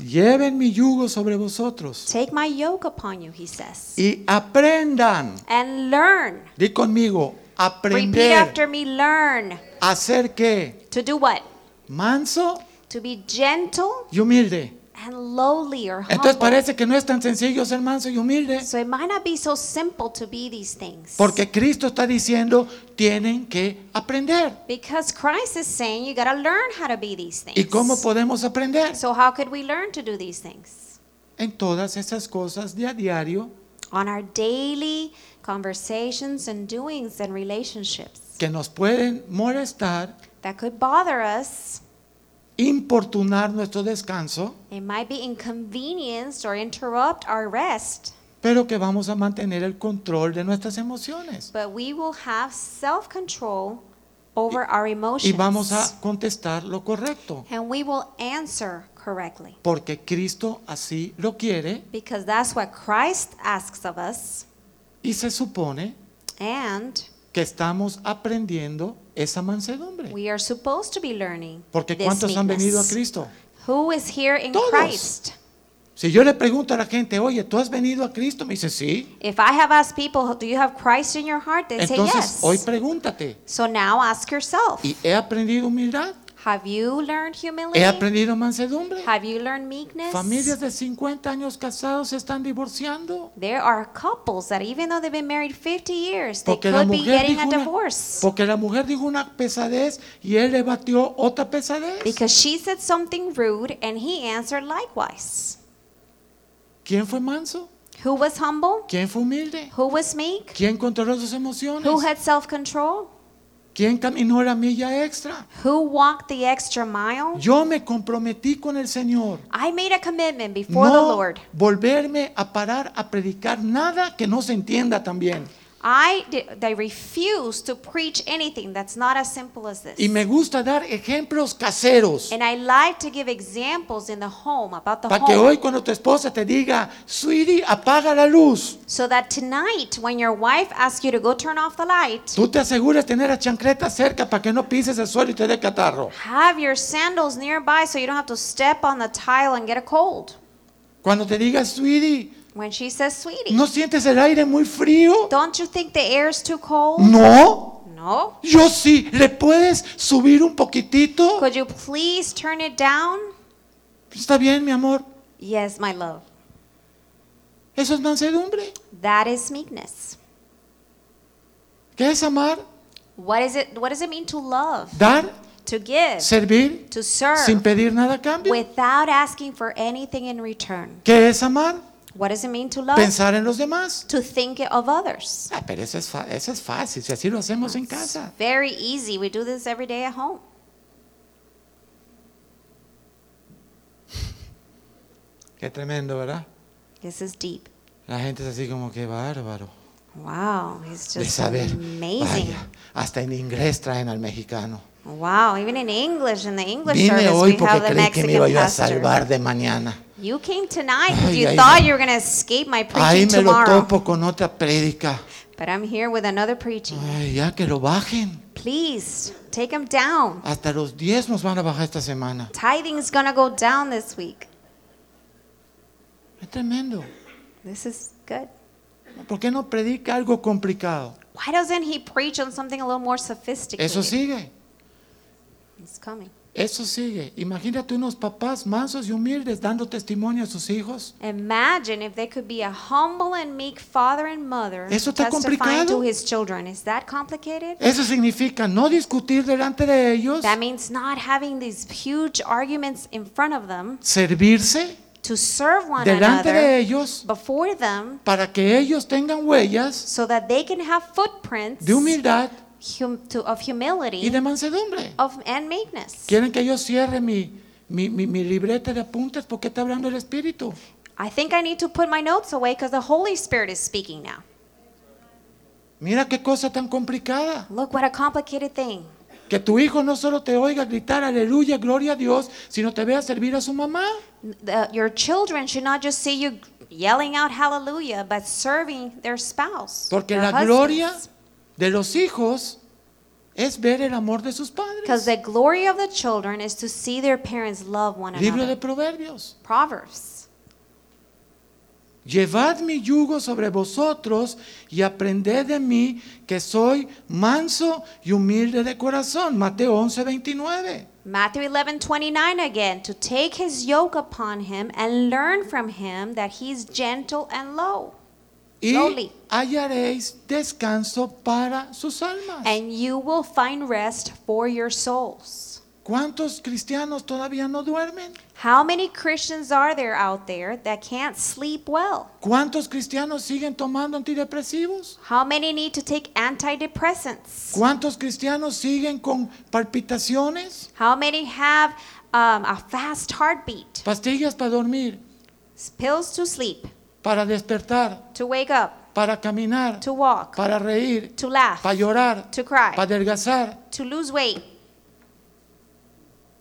[SPEAKER 1] lleven mi yugo sobre vosotros
[SPEAKER 2] Take my yoke upon you, he says,
[SPEAKER 1] y aprendan.
[SPEAKER 2] and learn.
[SPEAKER 1] Di conmigo,
[SPEAKER 2] Repeat
[SPEAKER 1] aprender
[SPEAKER 2] after me learn.
[SPEAKER 1] a ser qué?
[SPEAKER 2] To do what?
[SPEAKER 1] Manso
[SPEAKER 2] To be gentle
[SPEAKER 1] y humilde.
[SPEAKER 2] and lowly or humble.
[SPEAKER 1] Entonces parece que no es tan sencillo ser manso y humilde.
[SPEAKER 2] So it might not be so simple to be these things.
[SPEAKER 1] Porque Cristo está diciendo, tienen que aprender.
[SPEAKER 2] because Christ is saying you got to learn how to be these things.
[SPEAKER 1] ¿Y cómo podemos aprender?
[SPEAKER 2] so how could we learn to do these things?
[SPEAKER 1] En todas esas cosas de a diario
[SPEAKER 2] On our daily conversations and doings and relationships
[SPEAKER 1] que nos pueden molestar,
[SPEAKER 2] that could bother us.
[SPEAKER 1] importunar nuestro descanso,
[SPEAKER 2] It might be inconvenienced or interrupt our rest,
[SPEAKER 1] pero que vamos a mantener el control de nuestras emociones.
[SPEAKER 2] but we will have self-control over our
[SPEAKER 1] Y
[SPEAKER 2] emotions.
[SPEAKER 1] vamos a contestar lo correcto,
[SPEAKER 2] and we will answer correctly.
[SPEAKER 1] porque Cristo así lo quiere
[SPEAKER 2] Because that's what Christ asks of us,
[SPEAKER 1] y se supone
[SPEAKER 2] and
[SPEAKER 1] que estamos aprendiendo esa mansedumbre.
[SPEAKER 2] we are supposed to be learning.
[SPEAKER 1] Porque
[SPEAKER 2] this
[SPEAKER 1] ¿cuántos han venido a
[SPEAKER 2] meekness.
[SPEAKER 1] Cristo?
[SPEAKER 2] Who is here in
[SPEAKER 1] Todos.
[SPEAKER 2] Christ?
[SPEAKER 1] Si yo le pregunto a la gente, oye, ¿tú has venido a Cristo? Me dice, sí.
[SPEAKER 2] If I have asked people, do you have Christ in your heart? They say
[SPEAKER 1] Entonces,
[SPEAKER 2] yes.
[SPEAKER 1] hoy pregúntate,
[SPEAKER 2] so now ask yourself
[SPEAKER 1] ¿y he aprendido humildad?
[SPEAKER 2] Have you learned humility?
[SPEAKER 1] ¿He aprendido mansedumbre?
[SPEAKER 2] Have you learned meekness?
[SPEAKER 1] Familias de 50 años casados se están divorciando.
[SPEAKER 2] There are couples that, even though they've been married 50 years, they
[SPEAKER 1] Porque la,
[SPEAKER 2] could be
[SPEAKER 1] mujer
[SPEAKER 2] getting
[SPEAKER 1] dijo
[SPEAKER 2] a
[SPEAKER 1] una,
[SPEAKER 2] divorce.
[SPEAKER 1] porque la mujer dijo una pesadez y él le batió otra pesadez.
[SPEAKER 2] Because she said something rude and he answered likewise.
[SPEAKER 1] ¿Quién fue manso?
[SPEAKER 2] Who was humble?
[SPEAKER 1] ¿Quién fue humilde?
[SPEAKER 2] Who was meek?
[SPEAKER 1] ¿Quién controló sus emociones?
[SPEAKER 2] Who had self control?
[SPEAKER 1] ¿Quién caminó la milla extra?
[SPEAKER 2] Who walked the extra mile?
[SPEAKER 1] Yo me comprometí con el Señor.
[SPEAKER 2] I made a commitment before the
[SPEAKER 1] No
[SPEAKER 2] Lord.
[SPEAKER 1] volverme a parar a predicar nada que no se entienda también.
[SPEAKER 2] I did, I refuse to preach anything that's not as simple as this.
[SPEAKER 1] Y me gusta dar ejemplos caseros.
[SPEAKER 2] And I like to give examples in the home about the
[SPEAKER 1] Para que
[SPEAKER 2] home,
[SPEAKER 1] hoy cuando tu esposa te diga, sweetie, apaga la luz,
[SPEAKER 2] so that tonight when your wife asks you to go turn off the light,
[SPEAKER 1] tú te aseguras tener la chancleta cerca para que no pises el suelo y te dé catarro.
[SPEAKER 2] have your sandals nearby so you don't have to step on the tile and get a cold.
[SPEAKER 1] Cuando te diga, sweetie,
[SPEAKER 2] When she says, "Sweetie,
[SPEAKER 1] ¿no sientes el aire muy frío?
[SPEAKER 2] don't you think the air's too cold?"
[SPEAKER 1] No,
[SPEAKER 2] No.
[SPEAKER 1] yo sí, ¿le puedes subir un poquitito?
[SPEAKER 2] Could you please turn it down?
[SPEAKER 1] Está bien, mi amor,
[SPEAKER 2] Yes, my love.
[SPEAKER 1] eso es mansedumbre.
[SPEAKER 2] That is meekness.
[SPEAKER 1] ¿Qué es amar?
[SPEAKER 2] What is it what does it mean to love?
[SPEAKER 1] Dar
[SPEAKER 2] to give,
[SPEAKER 1] servir
[SPEAKER 2] to serve,
[SPEAKER 1] sin pedir nada a cambio.
[SPEAKER 2] without asking for anything in return.
[SPEAKER 1] ¿Qué es amar?
[SPEAKER 2] What does it mean to love?
[SPEAKER 1] Pensar en los demás.
[SPEAKER 2] To think of others.
[SPEAKER 1] Ah, pero eso es, fa- eso es fácil, si así lo hacemos en casa.
[SPEAKER 2] Very easy. We do this every day at home.
[SPEAKER 1] Qué tremendo, ¿verdad?
[SPEAKER 2] This is deep.
[SPEAKER 1] La gente es así como que bárbaro.
[SPEAKER 2] Wow, he's
[SPEAKER 1] De
[SPEAKER 2] just
[SPEAKER 1] saber.
[SPEAKER 2] amazing.
[SPEAKER 1] Vaya, hasta en inglés traen al mexicano.
[SPEAKER 2] Wow, even in English, in the English
[SPEAKER 1] Vine
[SPEAKER 2] service,
[SPEAKER 1] hoy
[SPEAKER 2] we
[SPEAKER 1] porque
[SPEAKER 2] have the
[SPEAKER 1] creí que me
[SPEAKER 2] Mexican
[SPEAKER 1] iba yo a
[SPEAKER 2] pastor.
[SPEAKER 1] salvar de mañana.
[SPEAKER 2] You came tonight because
[SPEAKER 1] Ay,
[SPEAKER 2] you
[SPEAKER 1] ay,
[SPEAKER 2] thought
[SPEAKER 1] no.
[SPEAKER 2] you were going to escape my
[SPEAKER 1] Ahí
[SPEAKER 2] preaching
[SPEAKER 1] me lo
[SPEAKER 2] tomorrow.
[SPEAKER 1] topo con otra prédica.
[SPEAKER 2] But I'm here with another preaching.
[SPEAKER 1] Ay, ya que lo bajen.
[SPEAKER 2] Please take him down.
[SPEAKER 1] Hasta los 10 nos van a bajar esta semana.
[SPEAKER 2] Tithing is going to go down this week.
[SPEAKER 1] Es tremendo.
[SPEAKER 2] This is good.
[SPEAKER 1] ¿Por qué no predica algo complicado?
[SPEAKER 2] Why doesn't he preach on something a little more sophisticated?
[SPEAKER 1] Eso sigue.
[SPEAKER 2] It's coming.
[SPEAKER 1] Eso sigue. Imagínate unos papás mansos y humildes dando testimonio a sus hijos.
[SPEAKER 2] Imagine if they could be a humble and meek father and mother
[SPEAKER 1] Eso está
[SPEAKER 2] testifying to
[SPEAKER 1] complicado.
[SPEAKER 2] his children. Is that complicated?
[SPEAKER 1] Eso significa no discutir delante de ellos,
[SPEAKER 2] That means not having these huge arguments in front of them
[SPEAKER 1] servirse
[SPEAKER 2] to serve one
[SPEAKER 1] delante
[SPEAKER 2] another
[SPEAKER 1] de ellos
[SPEAKER 2] before them
[SPEAKER 1] para que ellos tengan huellas
[SPEAKER 2] so that they can have footprints
[SPEAKER 1] de humildad
[SPEAKER 2] hum- to, of
[SPEAKER 1] y
[SPEAKER 2] humility
[SPEAKER 1] de mansedumbre.
[SPEAKER 2] of, and meekness.
[SPEAKER 1] Quieren que yo cierre mi, mi, mi- mi libreta de apuntes porque está hablando el Espíritu.
[SPEAKER 2] I think I need to put my notes away because the Holy Spirit is speaking now.
[SPEAKER 1] Mira qué cosa tan complicada.
[SPEAKER 2] Look what a complicated thing.
[SPEAKER 1] Que tu hijo no solo te oiga gritar aleluya, gloria a Dios, sino te vea servir a su mamá.
[SPEAKER 2] The- your children should not just see you yelling out hallelujah, but serving their spouse.
[SPEAKER 1] Porque
[SPEAKER 2] their
[SPEAKER 1] la
[SPEAKER 2] husbands.
[SPEAKER 1] gloria de los hijos es ver el amor de sus padres.
[SPEAKER 2] Because the glory of the children is to see their parents love one
[SPEAKER 1] Libro de
[SPEAKER 2] another.
[SPEAKER 1] Proverbios.
[SPEAKER 2] Proverbs.
[SPEAKER 1] Llevad mi yugo sobre vosotros y aprended de mí que soy manso y humilde de corazón. Mateo 11, 29.
[SPEAKER 2] Matthew 11, 29 again, to take his yoke upon him and learn from him that he's gentle and low,
[SPEAKER 1] Y
[SPEAKER 2] Slowly.
[SPEAKER 1] hallaréis descanso para sus almas.
[SPEAKER 2] and you will find rest for your souls.
[SPEAKER 1] ¿Cuántos cristianos todavía no duermen?
[SPEAKER 2] How many Christians are there out there that can't sleep well?
[SPEAKER 1] ¿Cuántos cristianos siguen tomando antidepresivos?
[SPEAKER 2] How many need to take antidepressants?
[SPEAKER 1] ¿Cuántos cristianos siguen con palpitaciones?
[SPEAKER 2] How many have um, a fast heartbeat?
[SPEAKER 1] Pastillas para dormir,
[SPEAKER 2] Pills to sleep,
[SPEAKER 1] para despertar,
[SPEAKER 2] to wake up,
[SPEAKER 1] para caminar,
[SPEAKER 2] to walk,
[SPEAKER 1] para reír,
[SPEAKER 2] to laugh,
[SPEAKER 1] para llorar,
[SPEAKER 2] to cry.
[SPEAKER 1] para adelgazar.
[SPEAKER 2] to lose weight.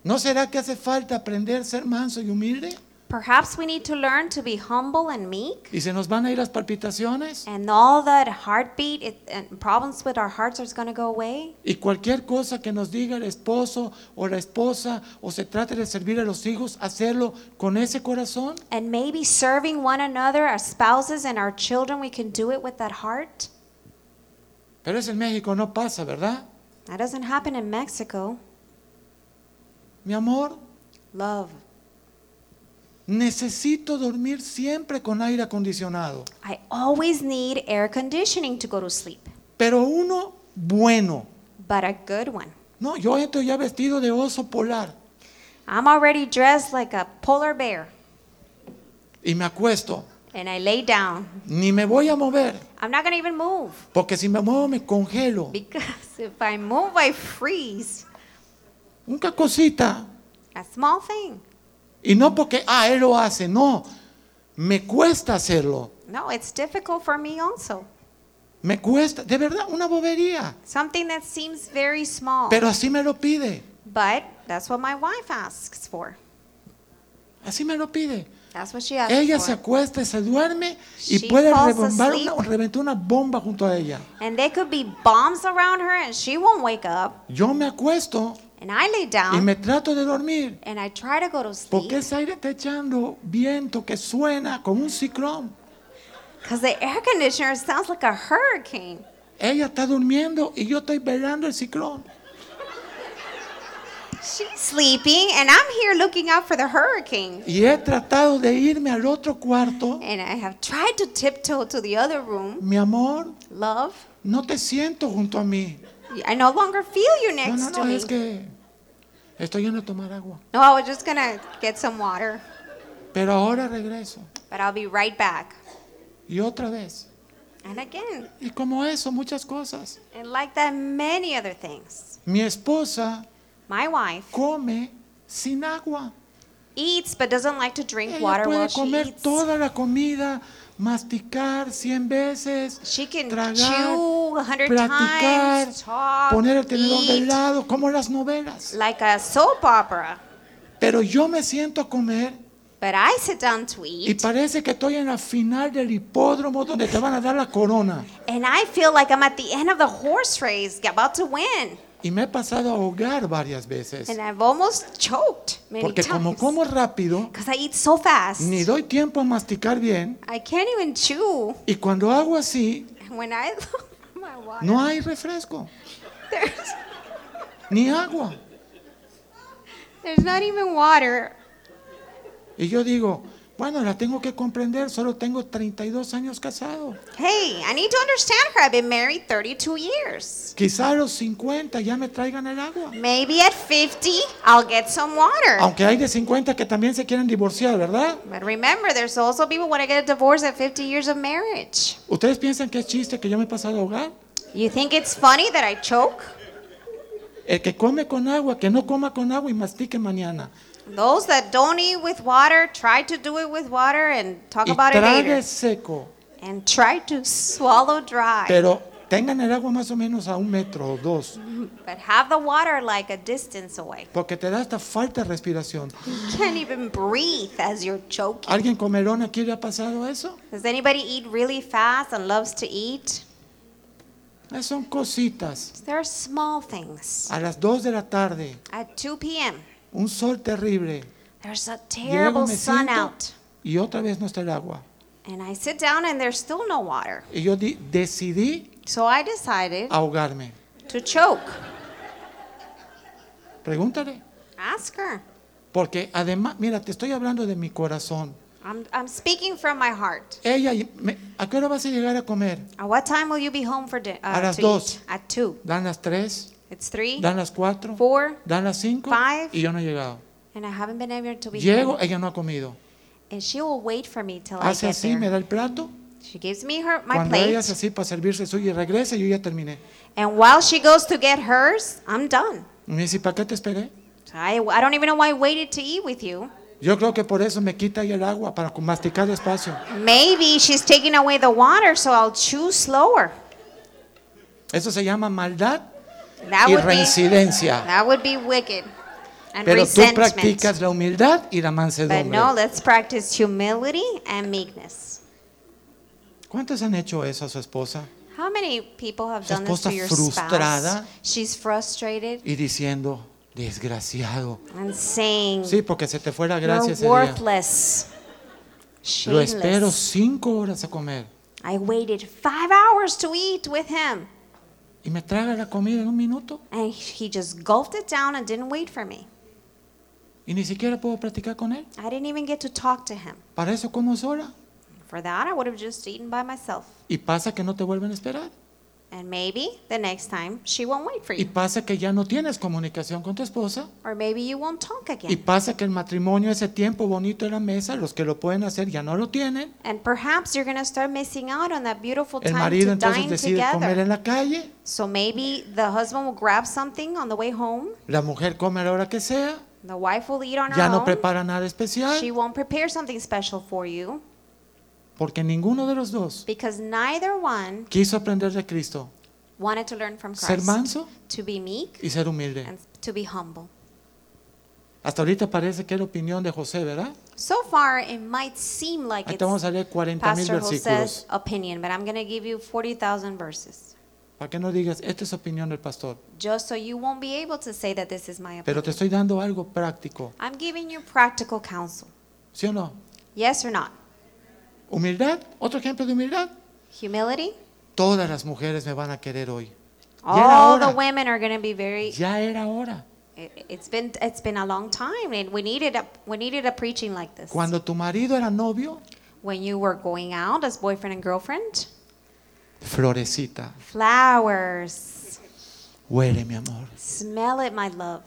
[SPEAKER 1] ¿No será que hace falta aprender a ser manso y humilde?
[SPEAKER 2] Perhaps we need to learn to be humble and meek.
[SPEAKER 1] ¿Y se nos van a ir las palpitaciones?
[SPEAKER 2] And all that heartbeat it, and problems with our hearts are going to go away.
[SPEAKER 1] Y cualquier cosa que nos diga el esposo o la esposa o se trate de servir a los hijos, hacerlo con ese corazón.
[SPEAKER 2] And maybe serving one another, our spouses and our children, we can do it with that heart.
[SPEAKER 1] Pero eso en México no pasa, ¿verdad?
[SPEAKER 2] That doesn't happen in Mexico.
[SPEAKER 1] Mi amor,
[SPEAKER 2] Love.
[SPEAKER 1] necesito dormir siempre con aire acondicionado,
[SPEAKER 2] I always need air conditioning to go to sleep,
[SPEAKER 1] pero uno bueno.
[SPEAKER 2] but a good one.
[SPEAKER 1] No, yo entro ya vestido de oso polar
[SPEAKER 2] I'm already dressed like a polar bear
[SPEAKER 1] y me acuesto.
[SPEAKER 2] and I lay down.
[SPEAKER 1] Ni me voy a mover,
[SPEAKER 2] I'm not going to even move *laughs*
[SPEAKER 1] porque si me muevo me congelo.
[SPEAKER 2] because if I move, I freeze.
[SPEAKER 1] Una cosita.
[SPEAKER 2] A small thing.
[SPEAKER 1] Y no porque, ah, él lo hace, no. Me cuesta hacerlo.
[SPEAKER 2] No, it's difficult for me also.
[SPEAKER 1] Me cuesta, de verdad, una bobería.
[SPEAKER 2] Something that seems very small.
[SPEAKER 1] Pero así me lo pide,
[SPEAKER 2] But that's what my wife asks for.
[SPEAKER 1] así me lo pide.
[SPEAKER 2] That's what she asks
[SPEAKER 1] Ella se
[SPEAKER 2] for.
[SPEAKER 1] acuesta y se duerme y
[SPEAKER 2] She
[SPEAKER 1] puede
[SPEAKER 2] falls
[SPEAKER 1] rebombar
[SPEAKER 2] asleep.
[SPEAKER 1] una, reventar una bomba junto a ella.
[SPEAKER 2] And there could be bombs around her and she won't wake up.
[SPEAKER 1] Yo me acuesto
[SPEAKER 2] And I lay
[SPEAKER 1] y
[SPEAKER 2] down
[SPEAKER 1] me trato de dormir
[SPEAKER 2] and I try to go to sleep
[SPEAKER 1] porque ese aire está echando viento que suena como un ciclón.
[SPEAKER 2] because the air conditioner sounds like a hurricane.
[SPEAKER 1] Ella está durmiendo y yo estoy velando el ciclón.
[SPEAKER 2] She's sleeping and I'm here looking out for the hurricane.
[SPEAKER 1] Y he tratado de irme al otro cuarto.
[SPEAKER 2] And I have tried to tiptoe to the other room.
[SPEAKER 1] Mi amor,
[SPEAKER 2] Love,
[SPEAKER 1] no te siento junto a mí.
[SPEAKER 2] I no longer feel you
[SPEAKER 1] No,
[SPEAKER 2] next
[SPEAKER 1] no,
[SPEAKER 2] to
[SPEAKER 1] no,
[SPEAKER 2] me.
[SPEAKER 1] es que Estoy yendo a tomar agua.
[SPEAKER 2] No, I was just going to get some water,
[SPEAKER 1] Pero ahora regreso.
[SPEAKER 2] but I'll be right back.
[SPEAKER 1] Y otra vez.
[SPEAKER 2] And again,
[SPEAKER 1] Y como eso, muchas cosas.
[SPEAKER 2] and like that, many other things.
[SPEAKER 1] Mi esposa
[SPEAKER 2] My wife
[SPEAKER 1] come sin agua.
[SPEAKER 2] eats but doesn't like to drink
[SPEAKER 1] Ella
[SPEAKER 2] water while
[SPEAKER 1] puede
[SPEAKER 2] she
[SPEAKER 1] comer
[SPEAKER 2] eats.
[SPEAKER 1] toda la comida, masticar 100 veces,
[SPEAKER 2] She can
[SPEAKER 1] tragar,
[SPEAKER 2] chew a hundred
[SPEAKER 1] platicar,
[SPEAKER 2] times, talk,
[SPEAKER 1] poner el tenedor de
[SPEAKER 2] eat,
[SPEAKER 1] lado, como las novelas.
[SPEAKER 2] like a soap opera.
[SPEAKER 1] Pero yo me siento a comer
[SPEAKER 2] But I sit down to
[SPEAKER 1] y
[SPEAKER 2] eat,
[SPEAKER 1] parece que estoy en la final del hipódromo donde te van a dar la corona.
[SPEAKER 2] and I feel like I'm at the end of the horse race, about to win.
[SPEAKER 1] Y me he pasado a ahogar varias veces.
[SPEAKER 2] And I've almost choked many
[SPEAKER 1] Porque como
[SPEAKER 2] times.
[SPEAKER 1] como rápido,
[SPEAKER 2] Because I eat so fast.
[SPEAKER 1] ni doy tiempo a masticar bien.
[SPEAKER 2] I can't even chew.
[SPEAKER 1] Y cuando hago así,
[SPEAKER 2] And When I look at my water,
[SPEAKER 1] no hay refresco,
[SPEAKER 2] there's,
[SPEAKER 1] ni agua.
[SPEAKER 2] there's not even water.
[SPEAKER 1] Y yo digo, bueno, la tengo que comprender, solo tengo 32 años casado.
[SPEAKER 2] Hey, I need to understand her. I've been married 32 years.
[SPEAKER 1] Quizá a los 50 ya me traigan el agua.
[SPEAKER 2] Maybe at 50, I'll get some water.
[SPEAKER 1] Aunque hay de 50 que también se quieren divorciar, ¿verdad?
[SPEAKER 2] But remember, there's also people want to get a divorce at 50 years of marriage.
[SPEAKER 1] ¿Ustedes piensan que es chiste que yo me he pasado a ahogar?
[SPEAKER 2] You think it's funny that I choke?
[SPEAKER 1] El que come con agua, que no coma con agua y mastique mañana.
[SPEAKER 2] Those that don't eat with water, try to do it with water and talk
[SPEAKER 1] Y
[SPEAKER 2] about it
[SPEAKER 1] trague
[SPEAKER 2] later.
[SPEAKER 1] seco,
[SPEAKER 2] And try to swallow dry.
[SPEAKER 1] pero tengan el agua más o menos a un metro o dos,
[SPEAKER 2] But have the water like a distance away.
[SPEAKER 1] porque te da hasta falta de respiración.
[SPEAKER 2] You can't even breathe as you're choking.
[SPEAKER 1] ¿Alguien comerón aquí le ha pasado eso?
[SPEAKER 2] Does anybody eat really fast and loves to eat?
[SPEAKER 1] Eh, Son cositas.
[SPEAKER 2] There are small things.
[SPEAKER 1] A las 2 de la tarde,
[SPEAKER 2] At 2 p.m.,
[SPEAKER 1] un sol terrible.
[SPEAKER 2] there's a
[SPEAKER 1] Llego,
[SPEAKER 2] terrible
[SPEAKER 1] me
[SPEAKER 2] sun
[SPEAKER 1] siento
[SPEAKER 2] out.
[SPEAKER 1] y otra vez no está el agua.
[SPEAKER 2] And I sit down and there's still no water.
[SPEAKER 1] Y yo di- decidí
[SPEAKER 2] So I decided
[SPEAKER 1] ahogarme.
[SPEAKER 2] to choke.
[SPEAKER 1] Pregúntale.
[SPEAKER 2] Ask her.
[SPEAKER 1] Porque además, mira, te estoy hablando de mi corazón.
[SPEAKER 2] I'm, I'm speaking from my heart.
[SPEAKER 1] Ella, y- me- ¿a qué hora vas a llegar a comer?
[SPEAKER 2] At what time will you be home for dinner?
[SPEAKER 1] A las dos.
[SPEAKER 2] At 2.
[SPEAKER 1] Dan las 3,
[SPEAKER 2] It's 3,
[SPEAKER 1] dan las 4,
[SPEAKER 2] 4,
[SPEAKER 1] dan las 5
[SPEAKER 2] Five.
[SPEAKER 1] y yo no he llegado.
[SPEAKER 2] and I haven't been able to be
[SPEAKER 1] Llego,
[SPEAKER 2] home.
[SPEAKER 1] ella no ha comido.
[SPEAKER 2] And she will wait for me till I
[SPEAKER 1] Hace
[SPEAKER 2] get
[SPEAKER 1] así, me
[SPEAKER 2] there.
[SPEAKER 1] da el plato.
[SPEAKER 2] She gives me her my
[SPEAKER 1] Cuando
[SPEAKER 2] plate.
[SPEAKER 1] ella hace así para servirse suyo y regresa, yo ya terminé.
[SPEAKER 2] And while she goes to get hers, I'm done.
[SPEAKER 1] Y me dice, ¿para qué te esperé?
[SPEAKER 2] So I, I don't even know why I waited to eat with you.
[SPEAKER 1] Yo creo que por eso me quita ahí el agua, para masticar despacio.
[SPEAKER 2] Maybe she's taking away the water, so I'll chew slower.
[SPEAKER 1] Eso se llama maldad
[SPEAKER 2] That
[SPEAKER 1] y
[SPEAKER 2] would be
[SPEAKER 1] reincidencia.
[SPEAKER 2] that would be wicked and
[SPEAKER 1] Pero tú
[SPEAKER 2] resentment.
[SPEAKER 1] practicas la humildad y la
[SPEAKER 2] But no,
[SPEAKER 1] mansedumbre.
[SPEAKER 2] let's practice humility and meekness.
[SPEAKER 1] ¿Cuántos han hecho eso a su esposa?
[SPEAKER 2] How many people have
[SPEAKER 1] Su
[SPEAKER 2] done this to
[SPEAKER 1] esposa
[SPEAKER 2] your
[SPEAKER 1] frustrada.
[SPEAKER 2] spouse? She's frustrated
[SPEAKER 1] Y diciendo, desgraciado.
[SPEAKER 2] and saying,
[SPEAKER 1] Sí, porque se te fue la gracia
[SPEAKER 2] Mm. "You're
[SPEAKER 1] ese día.
[SPEAKER 2] worthless,
[SPEAKER 1] Lo espero
[SPEAKER 2] shameless."
[SPEAKER 1] cinco horas a comer.
[SPEAKER 2] I waited five hours to eat with him,
[SPEAKER 1] Y me traga la comida en un minuto.
[SPEAKER 2] and he just gulped it down and didn't wait for me.
[SPEAKER 1] Y ni siquiera puedo platicar con él.
[SPEAKER 2] I didn't even get to talk to him.
[SPEAKER 1] Para eso como sola.
[SPEAKER 2] For that, I would have just eaten by myself.
[SPEAKER 1] Y pasa que no te vuelven a esperar.
[SPEAKER 2] And maybe the next time she won't wait for
[SPEAKER 1] Y
[SPEAKER 2] you.
[SPEAKER 1] pasa que ya no tienes comunicación con tu esposa.
[SPEAKER 2] Or maybe you won't talk
[SPEAKER 1] Y
[SPEAKER 2] again.
[SPEAKER 1] pasa que el matrimonio, ese tiempo bonito de la mesa, los que lo pueden hacer ya no lo tienen.
[SPEAKER 2] And perhaps you're going to start missing out on that beautiful
[SPEAKER 1] El
[SPEAKER 2] time
[SPEAKER 1] marido
[SPEAKER 2] to
[SPEAKER 1] entonces
[SPEAKER 2] dine
[SPEAKER 1] decide comer
[SPEAKER 2] together.
[SPEAKER 1] en la calle,
[SPEAKER 2] So maybe the husband will grab something on the way home.
[SPEAKER 1] la mujer come a la hora que sea,
[SPEAKER 2] The wife will eat on her
[SPEAKER 1] ya no
[SPEAKER 2] own.
[SPEAKER 1] prepara nada
[SPEAKER 2] She
[SPEAKER 1] especial,
[SPEAKER 2] won't prepare something special for you
[SPEAKER 1] porque ninguno de los dos
[SPEAKER 2] because neither one
[SPEAKER 1] quiso aprender de Cristo,
[SPEAKER 2] wanted to learn from
[SPEAKER 1] ser
[SPEAKER 2] Christ
[SPEAKER 1] manso
[SPEAKER 2] to be meek
[SPEAKER 1] y ser humilde.
[SPEAKER 2] and to be humble.
[SPEAKER 1] Hasta ahorita parece que era opinión de José, ¿verdad?
[SPEAKER 2] So far, it might seem like
[SPEAKER 1] Ahí
[SPEAKER 2] it's
[SPEAKER 1] te vamos a leer 40 mil
[SPEAKER 2] Pastor Jose's
[SPEAKER 1] versículos,
[SPEAKER 2] opinion, but I'm going to give you 40,000 verses
[SPEAKER 1] para que no digas, esta es opinión del pastor,
[SPEAKER 2] just so you won't be able to say that this is my opinion.
[SPEAKER 1] pero te estoy dando algo práctico,
[SPEAKER 2] I'm giving you practical counsel.
[SPEAKER 1] ¿sí o no?
[SPEAKER 2] Yes or not?
[SPEAKER 1] Humildad, otro ejemplo de humildad.
[SPEAKER 2] Humility?
[SPEAKER 1] Todas las mujeres me van a querer hoy.
[SPEAKER 2] All the
[SPEAKER 1] ahora.
[SPEAKER 2] women are going to be very
[SPEAKER 1] Ya era hora.
[SPEAKER 2] it- it's been it's been a long time and we needed a we needed a preaching like this.
[SPEAKER 1] Cuando tu marido era novio,
[SPEAKER 2] When you were going out as boyfriend and girlfriend,
[SPEAKER 1] florecita,
[SPEAKER 2] flowers.
[SPEAKER 1] huele mi amor.
[SPEAKER 2] Smell it, my love.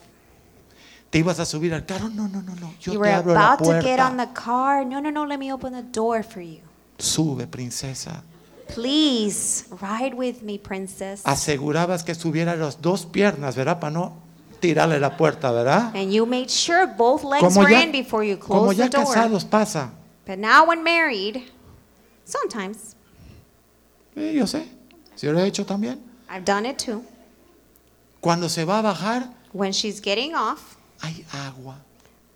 [SPEAKER 1] ¿Te ibas a subir al carro? No, no, no, no. Yo
[SPEAKER 2] You
[SPEAKER 1] te
[SPEAKER 2] were
[SPEAKER 1] abro la
[SPEAKER 2] about to get on the
[SPEAKER 1] puerta.
[SPEAKER 2] car. No, no, no, let me open the door for you.
[SPEAKER 1] Sube, princesa.
[SPEAKER 2] Please ride with me, princess.
[SPEAKER 1] Ah. Asegurabas que subiera las dos piernas, ¿verdad? Para no tirarle la puerta, ¿verdad?
[SPEAKER 2] And you made sure both legs
[SPEAKER 1] Como
[SPEAKER 2] were
[SPEAKER 1] ya,
[SPEAKER 2] in before you closed
[SPEAKER 1] como ya
[SPEAKER 2] the door.
[SPEAKER 1] casados pasa.
[SPEAKER 2] But now, when married, sometimes
[SPEAKER 1] Eh, yo sé. Si lo he hecho también.
[SPEAKER 2] I've done it too.
[SPEAKER 1] Cuando se va a bajar,
[SPEAKER 2] When she's getting off,
[SPEAKER 1] hay agua.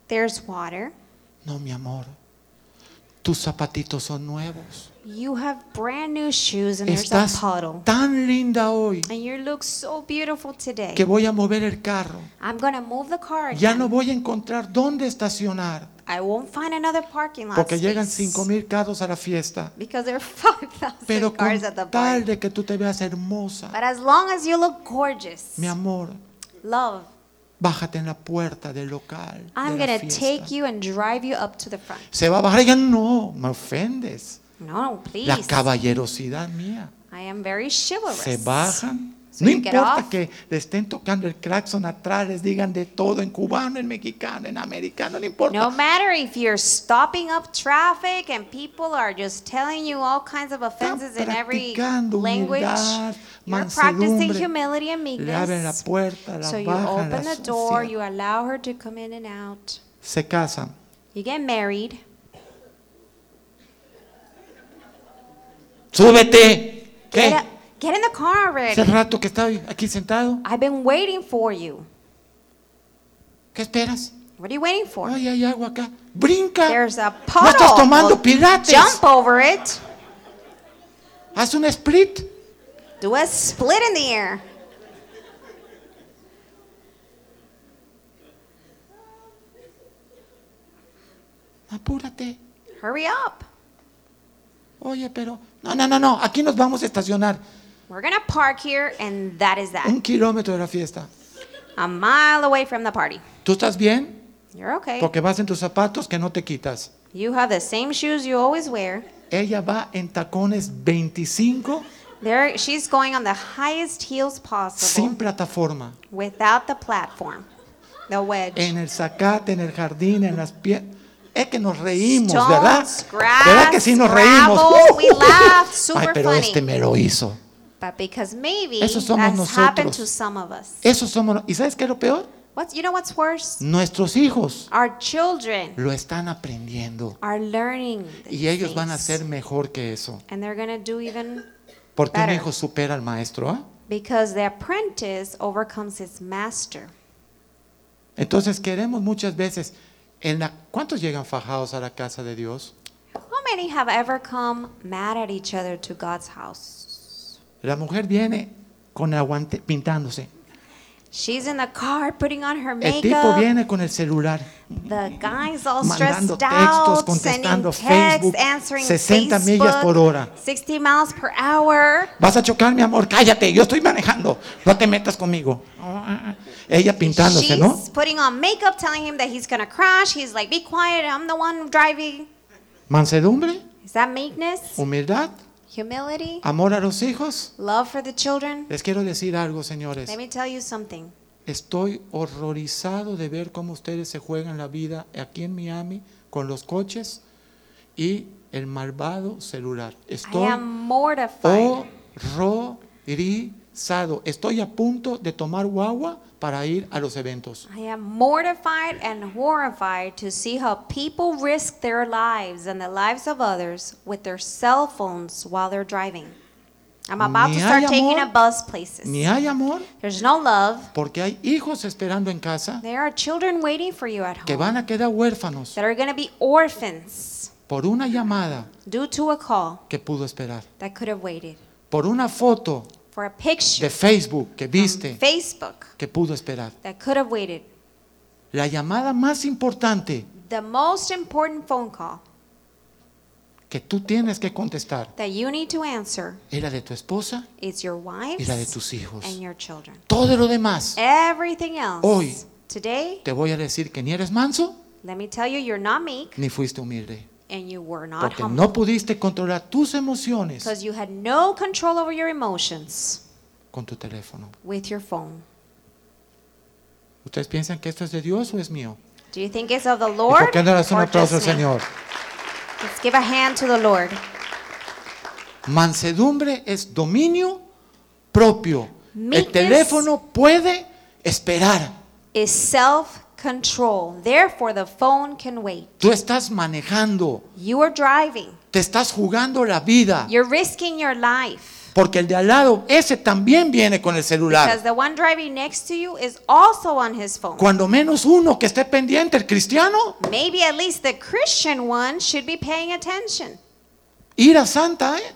[SPEAKER 2] there's water.
[SPEAKER 1] No, mi amor. Tus zapatitos son nuevos.
[SPEAKER 2] You have brand new shoes, and there's a
[SPEAKER 1] Estás
[SPEAKER 2] puddle.
[SPEAKER 1] tan linda hoy
[SPEAKER 2] And you look so beautiful today.
[SPEAKER 1] que voy a mover el carro.
[SPEAKER 2] I'm gonna move the car
[SPEAKER 1] Ya
[SPEAKER 2] again.
[SPEAKER 1] no voy a encontrar dónde estacionar.
[SPEAKER 2] I won't find another parking lot.
[SPEAKER 1] Porque llegan
[SPEAKER 2] space.
[SPEAKER 1] cinco mil carros a la fiesta.
[SPEAKER 2] Because there are *laughs* 5,000
[SPEAKER 1] Pero con
[SPEAKER 2] cars at the bar.
[SPEAKER 1] tal de que tú te veas hermosa,
[SPEAKER 2] But as long as you look gorgeous,
[SPEAKER 1] mi amor,
[SPEAKER 2] love,
[SPEAKER 1] bájate en la puerta del local. de
[SPEAKER 2] I'm
[SPEAKER 1] la
[SPEAKER 2] gonna
[SPEAKER 1] fiesta.
[SPEAKER 2] take you and drive you up to the front.
[SPEAKER 1] Se va a bajar y ya no, me ofendes.
[SPEAKER 2] No,
[SPEAKER 1] La
[SPEAKER 2] please.
[SPEAKER 1] caballerosidad mía.
[SPEAKER 2] I am very chivalrous.
[SPEAKER 1] Se bajan.
[SPEAKER 2] So
[SPEAKER 1] No
[SPEAKER 2] you get
[SPEAKER 1] importa
[SPEAKER 2] off.
[SPEAKER 1] que le estén tocando el claxon atrás, les digan de todo en cubano, en mexicano, en americano, no importa.
[SPEAKER 2] No matter if you're stopping up traffic and people are just telling you all kinds of
[SPEAKER 1] Están
[SPEAKER 2] offenses in every
[SPEAKER 1] practicando
[SPEAKER 2] language,
[SPEAKER 1] humildad,
[SPEAKER 2] you're practicing
[SPEAKER 1] mansedumbre.
[SPEAKER 2] humility and
[SPEAKER 1] Le abren la
[SPEAKER 2] meekness.
[SPEAKER 1] puerta, la
[SPEAKER 2] So you
[SPEAKER 1] bajan, la
[SPEAKER 2] open the door,
[SPEAKER 1] sucian.
[SPEAKER 2] you allow her to come in and out.
[SPEAKER 1] Se casan.
[SPEAKER 2] You get married.
[SPEAKER 1] ¡Súbete!
[SPEAKER 2] Get,
[SPEAKER 1] ¿Qué?
[SPEAKER 2] up- get in the car
[SPEAKER 1] Hace
[SPEAKER 2] already.
[SPEAKER 1] rato que estaba aquí sentado.
[SPEAKER 2] I've been waiting for you.
[SPEAKER 1] ¿Qué esperas?
[SPEAKER 2] What are you waiting for?
[SPEAKER 1] Ay, hay agua acá. ¡Brinca!
[SPEAKER 2] There's a
[SPEAKER 1] No
[SPEAKER 2] puddle.
[SPEAKER 1] estás tomando
[SPEAKER 2] Well,
[SPEAKER 1] pirates.
[SPEAKER 2] Jump over it.
[SPEAKER 1] Haz un split.
[SPEAKER 2] Do a split in the air.
[SPEAKER 1] Apúrate.
[SPEAKER 2] Hurry up.
[SPEAKER 1] Oye, pero. No, no, no, no. Aquí nos vamos a estacionar.
[SPEAKER 2] We're gonna park here, and that is that.
[SPEAKER 1] Un kilómetro de la fiesta.
[SPEAKER 2] A mile away from the party.
[SPEAKER 1] ¿Tú estás bien?
[SPEAKER 2] You're okay.
[SPEAKER 1] Porque vas en tus zapatos que no te quitas.
[SPEAKER 2] You have the same shoes you always wear.
[SPEAKER 1] Ella va en tacones 25
[SPEAKER 2] There, she's going on the highest heels possible
[SPEAKER 1] sin plataforma.
[SPEAKER 2] without the platform, the wedge.
[SPEAKER 1] En el zacate, en el jardín, en las piernas. Es que nos reímos,
[SPEAKER 2] Stones,
[SPEAKER 1] ¿verdad?
[SPEAKER 2] grass,
[SPEAKER 1] ¿Verdad que sí nos reímos? Uh.
[SPEAKER 2] gravel, we laughed,
[SPEAKER 1] Ay,
[SPEAKER 2] super
[SPEAKER 1] pero
[SPEAKER 2] funny.
[SPEAKER 1] este me lo hizo.
[SPEAKER 2] But because maybe
[SPEAKER 1] Esos
[SPEAKER 2] that's
[SPEAKER 1] somos
[SPEAKER 2] happened
[SPEAKER 1] nosotros.
[SPEAKER 2] to some of us.
[SPEAKER 1] Eso somos. ¿Y sabes qué es lo peor?
[SPEAKER 2] What's, you know what's worse?
[SPEAKER 1] Mm. Nuestros hijos
[SPEAKER 2] Our children
[SPEAKER 1] lo están aprendiendo.
[SPEAKER 2] are learning. these
[SPEAKER 1] Y ellos van a
[SPEAKER 2] things.
[SPEAKER 1] ser mejor que eso.
[SPEAKER 2] And they're going to do even
[SPEAKER 1] Porque un
[SPEAKER 2] Better.
[SPEAKER 1] hijo supera al maestro. ¿ah?
[SPEAKER 2] because the apprentice overcomes his master.
[SPEAKER 1] Entonces queremos muchas veces. En la, ¿Cuántos llegan fajados a la casa de Dios?
[SPEAKER 2] How many have ever come mad at each other to God's house?
[SPEAKER 1] La mujer viene con aguante pintándose.
[SPEAKER 2] She's in the car putting on her
[SPEAKER 1] El tipo
[SPEAKER 2] makeup.
[SPEAKER 1] viene con el celular,
[SPEAKER 2] The guy's all stressed
[SPEAKER 1] mandando textos,
[SPEAKER 2] out, sending
[SPEAKER 1] contestando
[SPEAKER 2] texts,
[SPEAKER 1] Facebook,
[SPEAKER 2] answering
[SPEAKER 1] 60
[SPEAKER 2] Facebook,
[SPEAKER 1] millas por hora.
[SPEAKER 2] 60 miles per hour.
[SPEAKER 1] Vas a chocar, mi amor, cállate, yo estoy manejando, no te metas conmigo. Ella pintándose,
[SPEAKER 2] She's
[SPEAKER 1] ¿no?
[SPEAKER 2] putting on makeup, telling him that he's gonna crash. He's like, "Be quiet! I'm the one driving."
[SPEAKER 1] Mansedumbre,
[SPEAKER 2] Is that meekness?
[SPEAKER 1] humildad,
[SPEAKER 2] Humility?
[SPEAKER 1] amor a los hijos.
[SPEAKER 2] Love for the children?
[SPEAKER 1] Les quiero decir algo, señores.
[SPEAKER 2] Let me tell you something.
[SPEAKER 1] Estoy horrorizado de ver cómo ustedes se juegan la vida aquí en Miami con los coches y el malvado celular.
[SPEAKER 2] I
[SPEAKER 1] Estoy
[SPEAKER 2] am
[SPEAKER 1] Oh.
[SPEAKER 2] mortified.
[SPEAKER 1] horrorizado. Estoy a punto de tomar guagua para ir a los eventos.
[SPEAKER 2] I am mortified and horrified to see how people risk their lives and the lives of others with their cell phones while they're driving. I'm about
[SPEAKER 1] Ni
[SPEAKER 2] to start
[SPEAKER 1] hay
[SPEAKER 2] taking a
[SPEAKER 1] amor,
[SPEAKER 2] bus places.
[SPEAKER 1] Ni hay amor
[SPEAKER 2] There's no love.
[SPEAKER 1] porque hay hijos esperando en casa
[SPEAKER 2] There are children waiting for you at
[SPEAKER 1] que
[SPEAKER 2] home
[SPEAKER 1] van a quedar huérfanos
[SPEAKER 2] that are going to be orphans
[SPEAKER 1] por una llamada
[SPEAKER 2] due to a call
[SPEAKER 1] que pudo esperar,
[SPEAKER 2] that could have waited,
[SPEAKER 1] por una foto
[SPEAKER 2] for a picture
[SPEAKER 1] de Facebook que
[SPEAKER 2] on
[SPEAKER 1] viste
[SPEAKER 2] Facebook
[SPEAKER 1] que pudo esperar.
[SPEAKER 2] that could have waited.
[SPEAKER 1] La llamada más importante
[SPEAKER 2] The most important phone call
[SPEAKER 1] que tú tienes que contestar
[SPEAKER 2] that you need to answer
[SPEAKER 1] es la de tu esposa
[SPEAKER 2] is your wife
[SPEAKER 1] y la de tus hijos.
[SPEAKER 2] and your children.
[SPEAKER 1] Todo lo
[SPEAKER 2] Eh.
[SPEAKER 1] demás,
[SPEAKER 2] Everything else.
[SPEAKER 1] Hoy.
[SPEAKER 2] Today,
[SPEAKER 1] te voy a decir que ni eres manso
[SPEAKER 2] let me tell you, you're not meek
[SPEAKER 1] ni fuiste humilde.
[SPEAKER 2] and you were not
[SPEAKER 1] Porque
[SPEAKER 2] humble
[SPEAKER 1] no pudiste controlar tus emociones
[SPEAKER 2] because you had no control over your emotions
[SPEAKER 1] con tu teléfono.
[SPEAKER 2] with your phone.
[SPEAKER 1] ¿Ustedes piensan que esto es de Dios o es mío?
[SPEAKER 2] Do you think it's of the
[SPEAKER 1] ¿Y
[SPEAKER 2] Lord?
[SPEAKER 1] por qué no le das un
[SPEAKER 2] or
[SPEAKER 1] aplauso al
[SPEAKER 2] just me?
[SPEAKER 1] Señor?
[SPEAKER 2] Let's give a hand to the Lord.
[SPEAKER 1] Mansedumbre es dominio propio. El
[SPEAKER 2] Meekness.
[SPEAKER 1] teléfono puede esperar.
[SPEAKER 2] Is self control. Therefore, the phone can wait.
[SPEAKER 1] Tú estás manejando,
[SPEAKER 2] You are driving,
[SPEAKER 1] te estás jugando la vida.
[SPEAKER 2] you're risking your life.
[SPEAKER 1] Porque el de al lado, ese también viene con el
[SPEAKER 2] Because
[SPEAKER 1] celular.
[SPEAKER 2] the one driving next to you is also on his phone.
[SPEAKER 1] Cuando menos uno que esté pendiente, el cristiano,
[SPEAKER 2] Maybe at least the Christian one should be paying attention.
[SPEAKER 1] ira santa, ¿eh?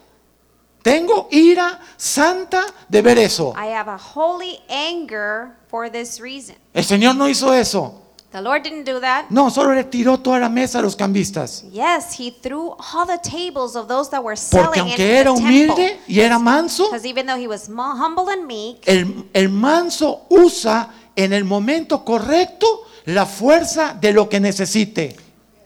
[SPEAKER 1] Tengo ira santa de ver eso.
[SPEAKER 2] I have a holy anger for this reason.
[SPEAKER 1] El Señor no hizo eso.
[SPEAKER 2] The Lord didn't do that.
[SPEAKER 1] No, solo le tiró toda la mesa a los cambistas.
[SPEAKER 2] Yes, he threw all the tables of those that were
[SPEAKER 1] Porque
[SPEAKER 2] selling into
[SPEAKER 1] aunque era
[SPEAKER 2] the temple.
[SPEAKER 1] humilde y era manso,
[SPEAKER 2] Because even though he was mo- humble and meek,
[SPEAKER 1] el, el manso usa en el momento correcto la fuerza de lo que necesite.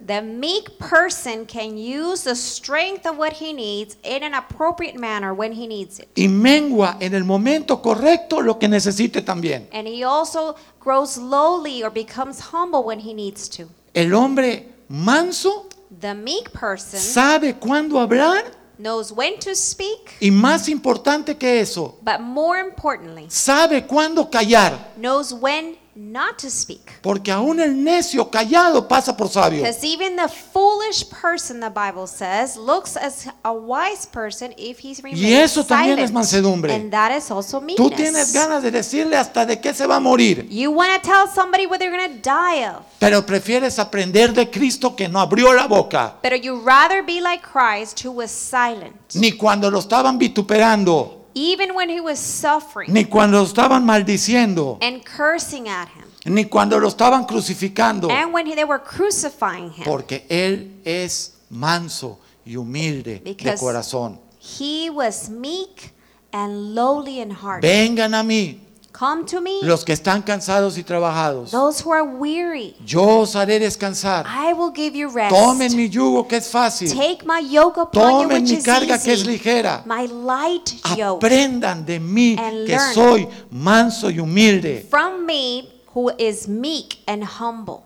[SPEAKER 2] the meek person can use the strength of what he needs in an appropriate manner when he needs it.
[SPEAKER 1] Y mengua en el momento correcto lo que necesite también.
[SPEAKER 2] And he also grows lowly or becomes humble when he needs to.
[SPEAKER 1] El hombre manso
[SPEAKER 2] The meek person
[SPEAKER 1] sabe cuándo hablar
[SPEAKER 2] knows when to speak,
[SPEAKER 1] y más importante que eso,
[SPEAKER 2] but more importantly,
[SPEAKER 1] sabe cuándo callar.
[SPEAKER 2] knows when not to speak.
[SPEAKER 1] Porque aún el necio callado pasa por sabio.
[SPEAKER 2] Because even the foolish person, the Bible says, looks as a wise person if he remains
[SPEAKER 1] eso también es
[SPEAKER 2] silent.
[SPEAKER 1] mansedumbre.
[SPEAKER 2] And that is also
[SPEAKER 1] Tú
[SPEAKER 2] meekness.
[SPEAKER 1] tienes ganas de decirle hasta de qué se va a morir,
[SPEAKER 2] You want to tell somebody what they're going to die of.
[SPEAKER 1] pero prefieres aprender de Cristo que no abrió la boca,
[SPEAKER 2] But you rather be like Christ who was silent,
[SPEAKER 1] ni cuando lo estaban vituperando,
[SPEAKER 2] even when he was suffering
[SPEAKER 1] ni cuando lo estaban maldiciendo,
[SPEAKER 2] and cursing at him,
[SPEAKER 1] ni cuando lo estaban crucificando,
[SPEAKER 2] and when he- they were crucifying him.
[SPEAKER 1] porque Él es manso y humilde de
[SPEAKER 2] Because-
[SPEAKER 1] corazón.
[SPEAKER 2] He was meek and lowly in heart.
[SPEAKER 1] Vengan a mí
[SPEAKER 2] Come to me,
[SPEAKER 1] los que están cansados y trabajados.
[SPEAKER 2] those who are weary.
[SPEAKER 1] Yo os haré descansar.
[SPEAKER 2] I will give you rest.
[SPEAKER 1] Tomen mi yugo que es fácil.
[SPEAKER 2] Take my yoke upon you,
[SPEAKER 1] Tomen
[SPEAKER 2] which
[SPEAKER 1] mi
[SPEAKER 2] is
[SPEAKER 1] carga que es
[SPEAKER 2] easy.
[SPEAKER 1] ligera.
[SPEAKER 2] My light yoke
[SPEAKER 1] Aprendan de mí
[SPEAKER 2] And
[SPEAKER 1] que
[SPEAKER 2] learn.
[SPEAKER 1] soy manso y humilde.
[SPEAKER 2] from me, who is meek and humble.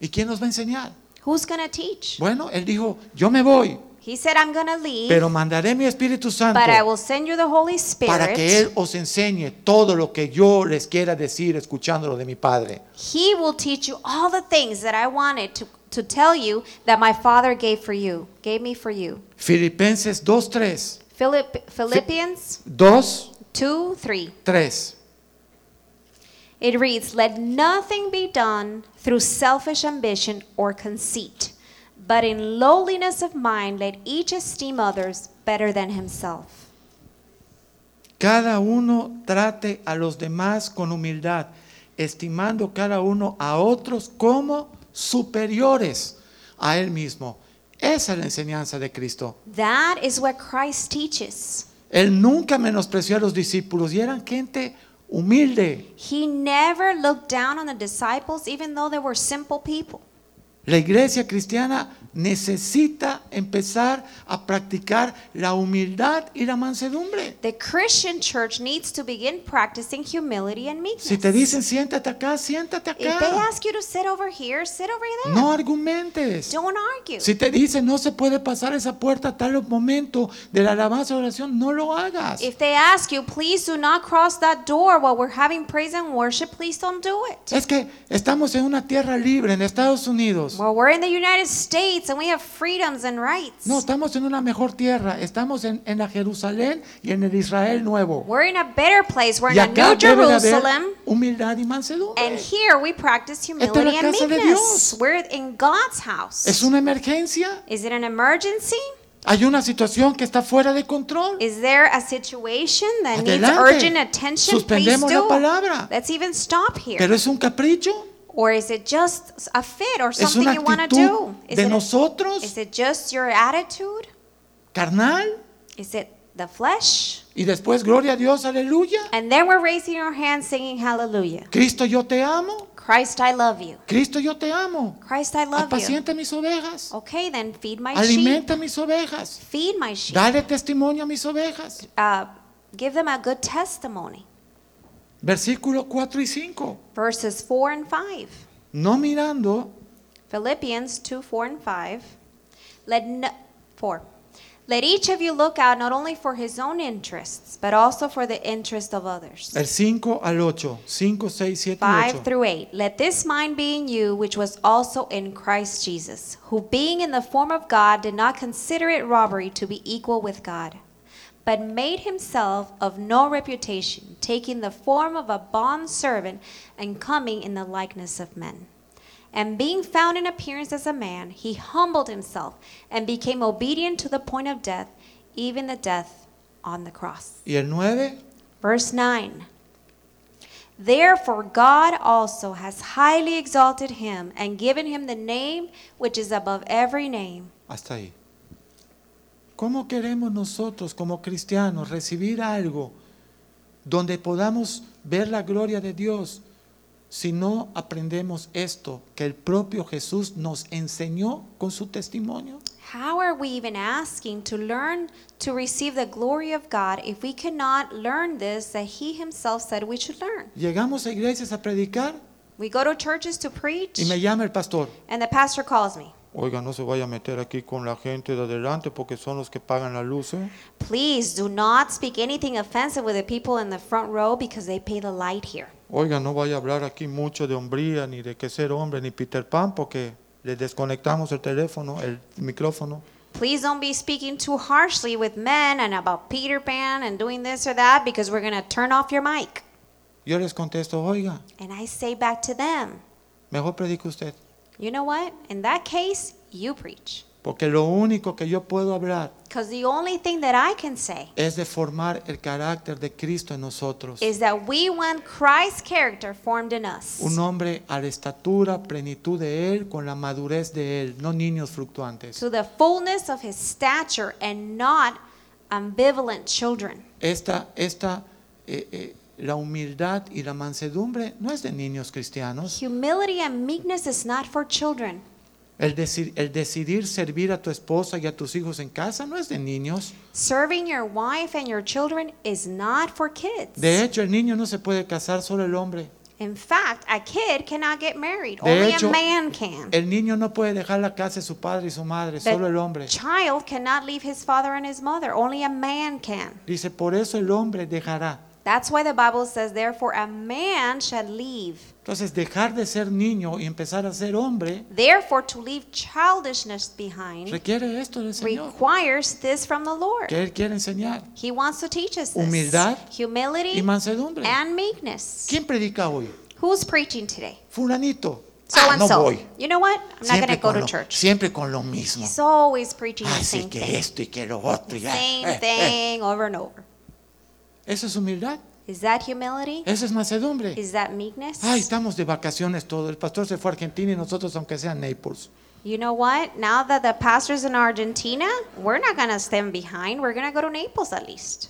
[SPEAKER 1] ¿Y quién nos va a enseñar?
[SPEAKER 2] Who's gonna teach?
[SPEAKER 1] Bueno, él dijo, yo me voy,
[SPEAKER 2] He said, "I'm gonna leave,
[SPEAKER 1] pero mandaré mi Espíritu Santo
[SPEAKER 2] but I will send you the Holy
[SPEAKER 1] para que
[SPEAKER 2] Spirit.
[SPEAKER 1] Él os enseñe todo lo que yo les quiera decir escuchándolo de mi Padre.
[SPEAKER 2] He will teach you all the things that I wanted to to tell you that my Father gave for you, gave me for you."
[SPEAKER 1] Filipenses 2.3.
[SPEAKER 2] Philipp, Philippians
[SPEAKER 1] 2.3.
[SPEAKER 2] 2 3. It reads, Let nothing be done through selfish ambition or conceit, but in lowliness of mind let each esteem others better than himself.
[SPEAKER 1] Cada uno trate a los demás con humildad, estimando cada uno a otros como superiores a él mismo. Esa es la enseñanza de Cristo.
[SPEAKER 2] That is what Christ teaches.
[SPEAKER 1] Él nunca menospreció a los discípulos y eran gente humilde.
[SPEAKER 2] He never looked down on the disciples, even though they were simple people.
[SPEAKER 1] La iglesia cristiana necesita empezar a practicar la humildad y la mansedumbre.
[SPEAKER 2] The Christian church needs to begin practicing humility and meekness.
[SPEAKER 1] Si te dicen siéntate acá, siéntate
[SPEAKER 2] if they
[SPEAKER 1] acá.
[SPEAKER 2] ask you to sit over here, sit over there.
[SPEAKER 1] No argumentes.
[SPEAKER 2] Don't argue.
[SPEAKER 1] Si te dicen no se puede pasar esa puerta a tal momento de la alabanza o oración, no lo hagas.
[SPEAKER 2] If they ask you, please do not cross that door while we're having praise and worship, please don't do it.
[SPEAKER 1] Es que estamos en una tierra libre en Estados Unidos.
[SPEAKER 2] Well, we're in the United States and we have freedoms and rights.
[SPEAKER 1] No, estamos en una mejor tierra. Estamos en, en la Jerusalén y en el Israel nuevo.
[SPEAKER 2] We're in a better place. We're in
[SPEAKER 1] Y
[SPEAKER 2] a
[SPEAKER 1] acá
[SPEAKER 2] new
[SPEAKER 1] debe de haber
[SPEAKER 2] Jerusalem.
[SPEAKER 1] humildad y
[SPEAKER 2] And
[SPEAKER 1] mansedumbre.
[SPEAKER 2] here we practice
[SPEAKER 1] la
[SPEAKER 2] humility and
[SPEAKER 1] casa de
[SPEAKER 2] meekness.
[SPEAKER 1] Dios.
[SPEAKER 2] We're in God's house.
[SPEAKER 1] Es una emergencia.
[SPEAKER 2] Is it an emergency?
[SPEAKER 1] Hay una situación que está fuera de control.
[SPEAKER 2] Is there a situation that needs
[SPEAKER 1] Adelante.
[SPEAKER 2] urgent attention? Please
[SPEAKER 1] Suspendemos la
[SPEAKER 2] do.
[SPEAKER 1] palabra.
[SPEAKER 2] Let's even stop here.
[SPEAKER 1] Pero es un capricho.
[SPEAKER 2] or is it just a fit or
[SPEAKER 1] Es
[SPEAKER 2] something
[SPEAKER 1] una
[SPEAKER 2] you want to
[SPEAKER 1] actitud
[SPEAKER 2] do? Is
[SPEAKER 1] de
[SPEAKER 2] it a-
[SPEAKER 1] nosotros,
[SPEAKER 2] Is it just your attitude?
[SPEAKER 1] carnal.
[SPEAKER 2] Is it the flesh?
[SPEAKER 1] Y después, gloria a Dios, aleluya.
[SPEAKER 2] And then we're raising our hands singing hallelujah.
[SPEAKER 1] Cristo, yo te amo.
[SPEAKER 2] Christ, I love you.
[SPEAKER 1] Cristo, yo te amo.
[SPEAKER 2] Christ, I love you.
[SPEAKER 1] Apacienta mis ovejas.
[SPEAKER 2] Okay, then feed my sheep.
[SPEAKER 1] Alimenta mis ovejas.
[SPEAKER 2] Feed my sheep.
[SPEAKER 1] Dale testimonio a mis ovejas.
[SPEAKER 2] Uh, give them a good testimony.
[SPEAKER 1] Versículos 4 y 5.
[SPEAKER 2] Verses 4 and 5.
[SPEAKER 1] No mirando
[SPEAKER 2] Philippians 2 4 and 5. Let, no, 4. Let each of you look out not only for his own interests, but also for the interest of others.
[SPEAKER 1] el 5 al 8. 5, 6, 7 y
[SPEAKER 2] 5
[SPEAKER 1] 8.
[SPEAKER 2] through 8. Let this mind be in you, which was also in Christ Jesus, who being in the form of God did not consider it robbery to be equal with God, but made himself of no reputation, taking the form of a bondservant and coming in the likeness of men. And being found in appearance as a man, he humbled himself and became obedient to the point of death, even the death on the cross.
[SPEAKER 1] Y el 9.
[SPEAKER 2] Verse 9 Therefore, God also has highly exalted him and given him the name which is above every name.
[SPEAKER 1] Hasta ahí. ¿Cómo queremos nosotros como cristianos recibir algo donde podamos ver la gloria de Dios si no aprendemos esto que el propio Jesús nos enseñó con su testimonio?
[SPEAKER 2] How are we even asking to learn to receive the glory of God if we cannot learn this that he himself said we should learn?
[SPEAKER 1] Llegamos a iglesias a predicar
[SPEAKER 2] We go to churches to preach,
[SPEAKER 1] y me llama el pastor.
[SPEAKER 2] and the pastor calls me.
[SPEAKER 1] Oiga, no se vaya a meter aquí con la gente de adelante porque son los que pagan la luz. ¿eh?
[SPEAKER 2] Please do not speak anything offensive with the people in the front row because they pay the light here.
[SPEAKER 1] Oiga, no vaya a hablar aquí mucho de hombría, ni de que ser hombre, ni Peter Pan, porque le desconectamos el teléfono, el micrófono.
[SPEAKER 2] Please don't be speaking too harshly with men and about Peter Pan and doing this or that because we're going to turn off your mic.
[SPEAKER 1] Yo les contesto, oiga,
[SPEAKER 2] And I say back to them,
[SPEAKER 1] mejor predique usted,
[SPEAKER 2] you know what? In that case, you preach.
[SPEAKER 1] porque lo único que yo puedo hablar
[SPEAKER 2] Because the only thing that I can say
[SPEAKER 1] es de formar el carácter de Cristo en nosotros.
[SPEAKER 2] is that we want Christ's character formed in us.
[SPEAKER 1] Un hombre a la estatura, plenitud de Él, con la madurez de Él, no niños fluctuantes.
[SPEAKER 2] To the fullness of his stature and not ambivalent children.
[SPEAKER 1] Esta, esta, eh, eh, la humildad y la mansedumbre no es de niños cristianos.
[SPEAKER 2] Humility and meekness is not for children.
[SPEAKER 1] El, deci- el decidir servir a tu esposa y a tus hijos en casa no es de niños.
[SPEAKER 2] Serving your wife and your children is not for kids.
[SPEAKER 1] De hecho, el niño no se puede casar, solo el hombre.
[SPEAKER 2] In fact, a kid cannot get married.
[SPEAKER 1] De
[SPEAKER 2] Only
[SPEAKER 1] hecho,
[SPEAKER 2] a man can.
[SPEAKER 1] El niño no puede dejar la casa de su padre y su madre,
[SPEAKER 2] The
[SPEAKER 1] solo el hombre.
[SPEAKER 2] child cannot leave his father and his mother. Only a man can.
[SPEAKER 1] Dice, por eso el hombre dejará.
[SPEAKER 2] That's why the Bible says, therefore, a man shall leave.
[SPEAKER 1] Entonces, dejar de ser niño y empezar a ser hombre
[SPEAKER 2] Therefore, to leave childishness behind
[SPEAKER 1] requiere esto del Señor,
[SPEAKER 2] requires this from the Lord.
[SPEAKER 1] que Él quiere enseñar.
[SPEAKER 2] He wants to teach us this
[SPEAKER 1] Humildad
[SPEAKER 2] humility
[SPEAKER 1] Y mansedumbre.
[SPEAKER 2] and meekness.
[SPEAKER 1] ¿Quién predica hoy?
[SPEAKER 2] Who's preaching today?
[SPEAKER 1] Fulanito.
[SPEAKER 2] So
[SPEAKER 1] Ah,
[SPEAKER 2] and
[SPEAKER 1] no
[SPEAKER 2] so.
[SPEAKER 1] voy.
[SPEAKER 2] You know what? I'm
[SPEAKER 1] Siempre
[SPEAKER 2] not going to go
[SPEAKER 1] con,
[SPEAKER 2] to
[SPEAKER 1] lo,
[SPEAKER 2] church.
[SPEAKER 1] siempre con lo mismo.
[SPEAKER 2] He's always preaching the
[SPEAKER 1] Así
[SPEAKER 2] same
[SPEAKER 1] que
[SPEAKER 2] thing,
[SPEAKER 1] esto y que lo otro. y ah, eh,
[SPEAKER 2] same
[SPEAKER 1] eh.
[SPEAKER 2] thing over and over.
[SPEAKER 1] Eso es humildad.
[SPEAKER 2] Is that humility?
[SPEAKER 1] Eso es mansedumbre.
[SPEAKER 2] Is that meekness?
[SPEAKER 1] Eh. Ay, estamos de vacaciones todo. El pastor se fue a Argentina y nosotros, aunque sea Naples.
[SPEAKER 2] You know what? Now that the pastor's in Argentina, we're not going to stand behind. We're going to go to Naples at least.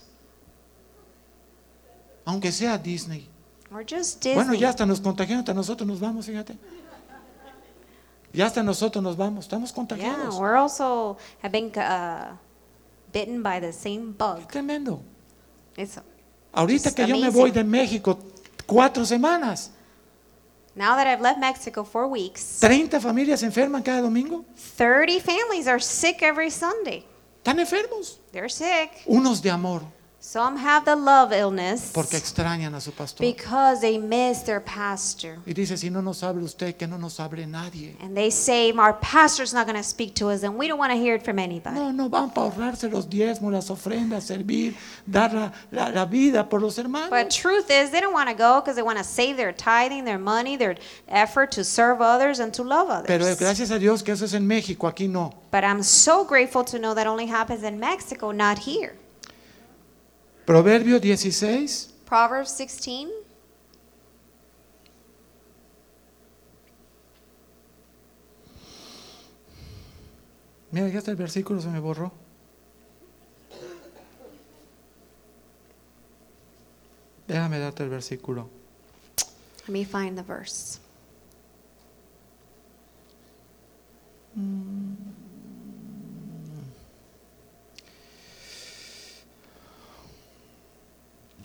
[SPEAKER 1] Aunque sea Disney.
[SPEAKER 2] We're just Disney.
[SPEAKER 1] Bueno, ya hasta nos contagiaron, hasta nosotros nos vamos, fíjate. Ya hasta nosotros nos vamos, estamos
[SPEAKER 2] yeah,
[SPEAKER 1] contagiados.
[SPEAKER 2] we're also have been uh, bitten by the same
[SPEAKER 1] Es
[SPEAKER 2] bug.
[SPEAKER 1] tremendo.
[SPEAKER 2] It's
[SPEAKER 1] Ahorita
[SPEAKER 2] It's
[SPEAKER 1] que yo me
[SPEAKER 2] amazing.
[SPEAKER 1] voy de México, cuatro semanas,
[SPEAKER 2] now that I've left Mexico for weeks,
[SPEAKER 1] 30 familias se enferman cada domingo.
[SPEAKER 2] 30 families are sick every Sunday.
[SPEAKER 1] Están enfermos.
[SPEAKER 2] They're sick.
[SPEAKER 1] Unos de amor,
[SPEAKER 2] Some have the love illness
[SPEAKER 1] porque extrañan a su pastor.
[SPEAKER 2] because they miss their pastor.
[SPEAKER 1] Y dice, si no nos habla usted, que no nos hable nadie.
[SPEAKER 2] And they say, Our pastor's not going to speak to us, and we don't want to hear it from anybody.
[SPEAKER 1] No, no van para ahorrarse los diezmos, las ofrendas, servir, dar la, la- la vida por los hermanos.
[SPEAKER 2] But truth is, they don't want to go because they want to save their tithing, their money, their effort to serve others and to love
[SPEAKER 1] Pero eh,
[SPEAKER 2] others.
[SPEAKER 1] gracias a Dios que eso es en México, aquí no.
[SPEAKER 2] But I'm so grateful to know that only happens in Mexico, not here.
[SPEAKER 1] Proverbio 16,
[SPEAKER 2] Proverbs 16,
[SPEAKER 1] mira, ya está el versículo, se me borró. Déjame darte el versículo.
[SPEAKER 2] let me find the verse.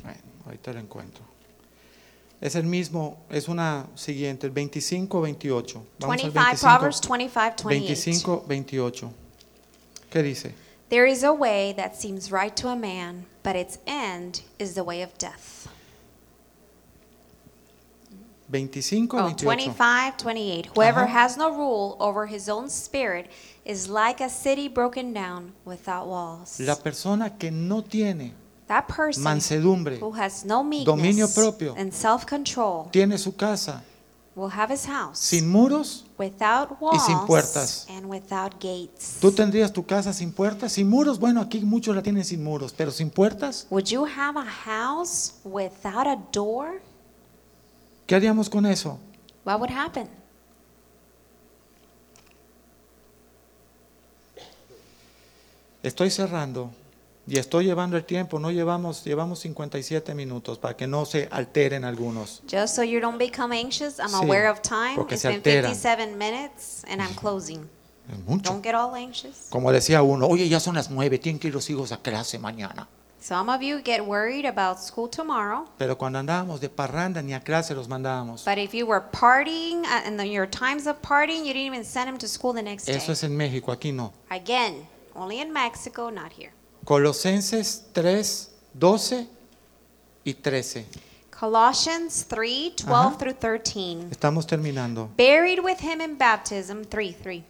[SPEAKER 1] Bueno, ahorita lo encuentro. Es el mismo, es una siguiente, el 25, 28. Vamos al
[SPEAKER 2] 25, Proverbs 25, 28.
[SPEAKER 1] 25, 28. ¿Qué dice?
[SPEAKER 2] There is a way that seems right to a man, but its end is the way of death.
[SPEAKER 1] 25,
[SPEAKER 2] Oh,
[SPEAKER 1] 28.
[SPEAKER 2] 25, 28. Whoever
[SPEAKER 1] Ajá.
[SPEAKER 2] has no rule over his own spirit is like a city broken down without walls.
[SPEAKER 1] La persona que no tiene
[SPEAKER 2] that person
[SPEAKER 1] mansedumbre
[SPEAKER 2] who has no
[SPEAKER 1] dominio
[SPEAKER 2] meekness
[SPEAKER 1] propio,
[SPEAKER 2] and self-control
[SPEAKER 1] tiene su casa
[SPEAKER 2] will have his house
[SPEAKER 1] sin muros.
[SPEAKER 2] without
[SPEAKER 1] y
[SPEAKER 2] walls
[SPEAKER 1] sin puertas.
[SPEAKER 2] and without gates.
[SPEAKER 1] Tú tendrías tu casa sin puertas, sin muros. Bueno, aquí muchos la tienen sin muros, pero sin puertas.
[SPEAKER 2] Would you have a house without a door?
[SPEAKER 1] ¿Qué haríamos con eso?
[SPEAKER 2] What would happen?
[SPEAKER 1] Estoy cerrando y estoy llevando el tiempo. No llevamos, llevamos 57 minutos para que no se alteren algunos.
[SPEAKER 2] Just so you don't become anxious, I'm
[SPEAKER 1] Sí,
[SPEAKER 2] aware of time.
[SPEAKER 1] porque
[SPEAKER 2] It's
[SPEAKER 1] se
[SPEAKER 2] been
[SPEAKER 1] alteran.
[SPEAKER 2] 57 minutes and I'm closing.
[SPEAKER 1] Es mucho.
[SPEAKER 2] Don't get all anxious.
[SPEAKER 1] Como decía uno, oye, ya son las nueve, tienen que ir los hijos a clase mañana.
[SPEAKER 2] Some of you get worried about school tomorrow,
[SPEAKER 1] Pero cuando andábamos de parranda ni a clase los mandábamos.
[SPEAKER 2] but if you were partying uh, and then your times of partying, you didn't even send them to school the next
[SPEAKER 1] Eso
[SPEAKER 2] day.
[SPEAKER 1] es en México, aquí no.
[SPEAKER 2] Again, only in Mexico, not here.
[SPEAKER 1] Colosenses 3, 12 y 13.
[SPEAKER 2] Colossians 3 12
[SPEAKER 1] Ajá.
[SPEAKER 2] through 13.
[SPEAKER 1] Estamos terminando.
[SPEAKER 2] Buried with him in baptism 3 3.